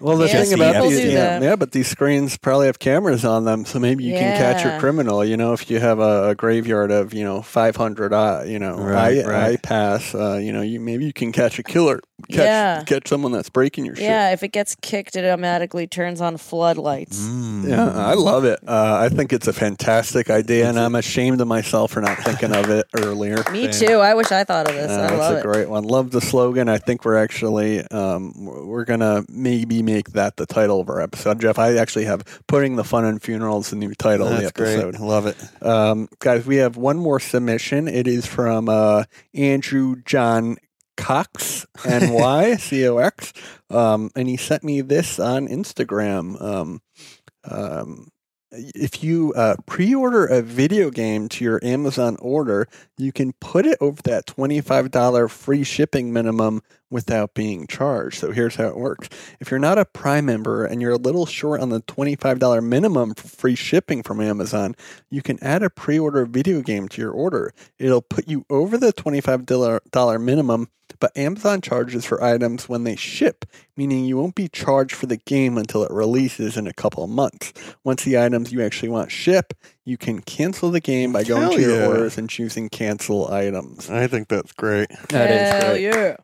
C: Well, the
E: Yeah,
C: thing about
E: people
C: these,
E: do
C: yeah,
E: that.
C: yeah, but these screens probably have cameras on them, so maybe you can catch your
E: Yeah.
C: criminal. You know, if you have a, a graveyard of you know 500, eye, you know,
D: Right,
C: I,
D: right.
C: I pass. Uh, you know, you maybe you can catch a killer, catch
E: Yeah.
C: catch someone that's breaking your shit.
E: Yeah, if it gets kicked, it automatically turns on floodlights.
C: Mm,
D: Mm-hmm.
C: Yeah, I love it. Uh, I think it's a fantastic idea, and I'm ashamed of myself for not thinking of it earlier.
E: Me too. I wish I thought of this.
C: Uh,
E: I
C: that's
E: love
C: a
E: it.
C: great one. Love the slogan. I think we're actually um, we're we're gonna maybe make that the title of our episode, Jeff. I actually have putting the fun in funerals the new title
D: that's
C: of the episode.
D: great. Love it.
C: Um, guys, we have one more submission. It is from uh, Andrew John Cox, N Y C O X. Um, and he sent me this on Instagram. Um, um, if you uh, pre order a video game to your Amazon order, you can put it over that $25 free shipping minimum without being charged. So here's how it works. If you're not a Prime member and you're a little short on the $25 minimum for free shipping from Amazon, you can add a pre order video game to your order. It'll put you over the $25 minimum, but Amazon charges for items when they ship, meaning you won't be charged for the game until it releases in a couple of months. Once the items you actually want ship, you can cancel the game by going
D: Hell
C: to your
D: yeah.
C: orders and choosing cancel items.
D: I think that's great.
C: That is
E: Hell
C: great.
E: yeah.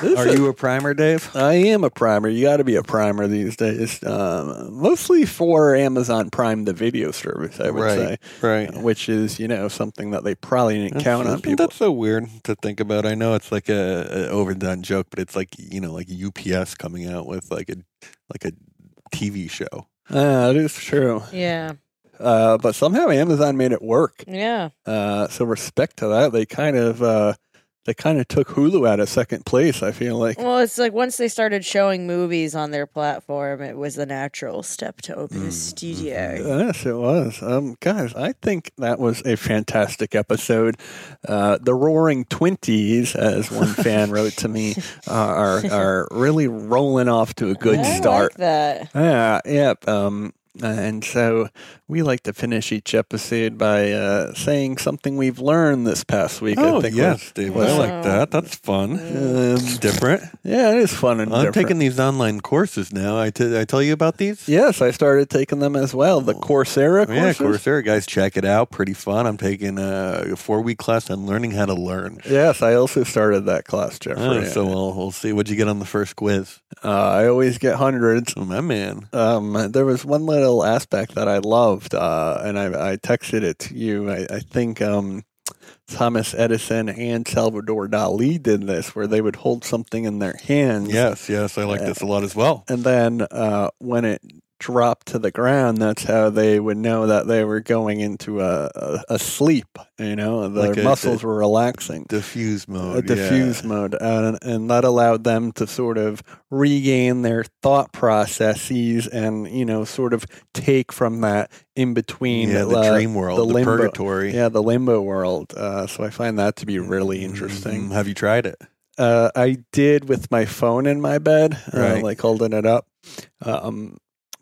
C: This
D: Are
C: is-
D: you a primer, Dave?
C: I am a primer. You got to be a primer these days, um, mostly for Amazon Prime, the video service. I would say, Uh,
D: right.
C: which is you know something that they probably didn't
D: That's-
C: count on
D: isn't
C: people.
D: That's so weird to think about. I know it's like a, a overdone joke, but it's like you know, like UPS coming out with like a like a TV show.
C: Uh, it is true,
E: Yeah.
C: uh, but somehow Amazon made it work.
E: Yeah.
C: Uh, so respect to that. They kind of uh, they kind of took Hulu out of second place. I feel like.
E: Well, it's like once they started showing movies on their platform, it was the natural step to open a studio.
C: Yes, it was. Um, guys, I think that was a fantastic episode. Uh, the Roaring Twenties, as one fan wrote to me, uh, are are really rolling off to a good
E: I
C: start.
E: like that.
C: Yeah, yep. Um, and so we like to finish each episode by uh, saying something we've learned this past week. Oh, I think
D: yes, Dave. I like that. That's Oh, fun. it's different.
C: was- yeah, it is fun and
D: Um, I'm
C: different.
D: taking these online courses now. I, t- I tell you about these.
C: Yes, I started taking them as well. The Coursera courses.
D: Oh. Yeah, Coursera, guys, check it out. Pretty fun. I'm taking a, a four week class on learning how to learn.
C: Yes, I also started that class, Jeffrey.
D: Oh, So we'll, we'll see what you get on the first quiz.
C: uh, I always get hundreds.
D: Oh, my man.
C: Um, there was one little aspect that I loved, uh, and I, I texted it to you. I, I think um, Thomas Edison and Salvador Dali did this, where they would hold something in their hands,
D: Yes, yes, I like this a lot as well.
C: and then uh, when it dropped to the ground, that's how they would know that they were going into a, a, a sleep. You know, their
D: Like a-
C: muscles were relaxing.
D: Diffuse mode.
C: A diffuse
D: Oh, yeah.
C: mode, and, and that allowed them to sort of regain their thought processes and you know sort of take from that in between
D: Yeah, the
C: uh,
D: dream world, the
C: limbo,
D: purgatory.
C: yeah, the limbo world. Uh, so I find that to be really interesting.
D: Mm, Have you tried it?
C: Uh, I did with my phone in my bed, uh,
D: Right.
C: like holding it up, um,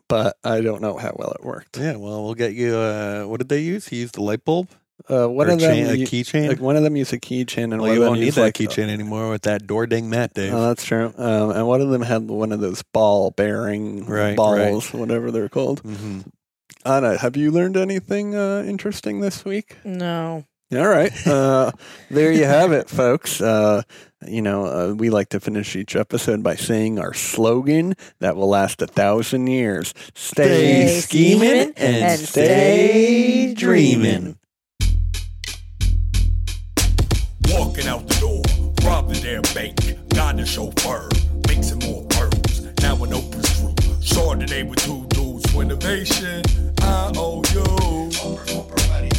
C: but I don't know how well it worked.
D: Yeah, well, we'll get you. Uh, what did they use? He used the light bulb?
C: Uh, one
D: Or
C: of them,
D: chain- a
C: u-
D: keychain?
C: like, one of them used a keychain, and
D: Well,
C: one
D: you
C: of them
D: won't need
C: used,
D: that
C: like,
D: keychain anymore with that door ding mat, Dave.
C: Oh, that's true. Um, and one of them had one of those ball bearing
D: Right,
C: balls, whatever they're called.
D: hmm
C: Anna, have you learned anything uh, interesting this week?
E: No.
C: All right. Uh, there you have it, folks. Uh, you know, uh, we like to finish each episode by saying our slogan that will last a thousand years
D: Stay scheming and stay dreaming.
B: Walking out the door, robbed the damn bank, got the chauffeur, mixing more pearls. Now an open screw, Chardonnay with two dudes for innovation. I owe you.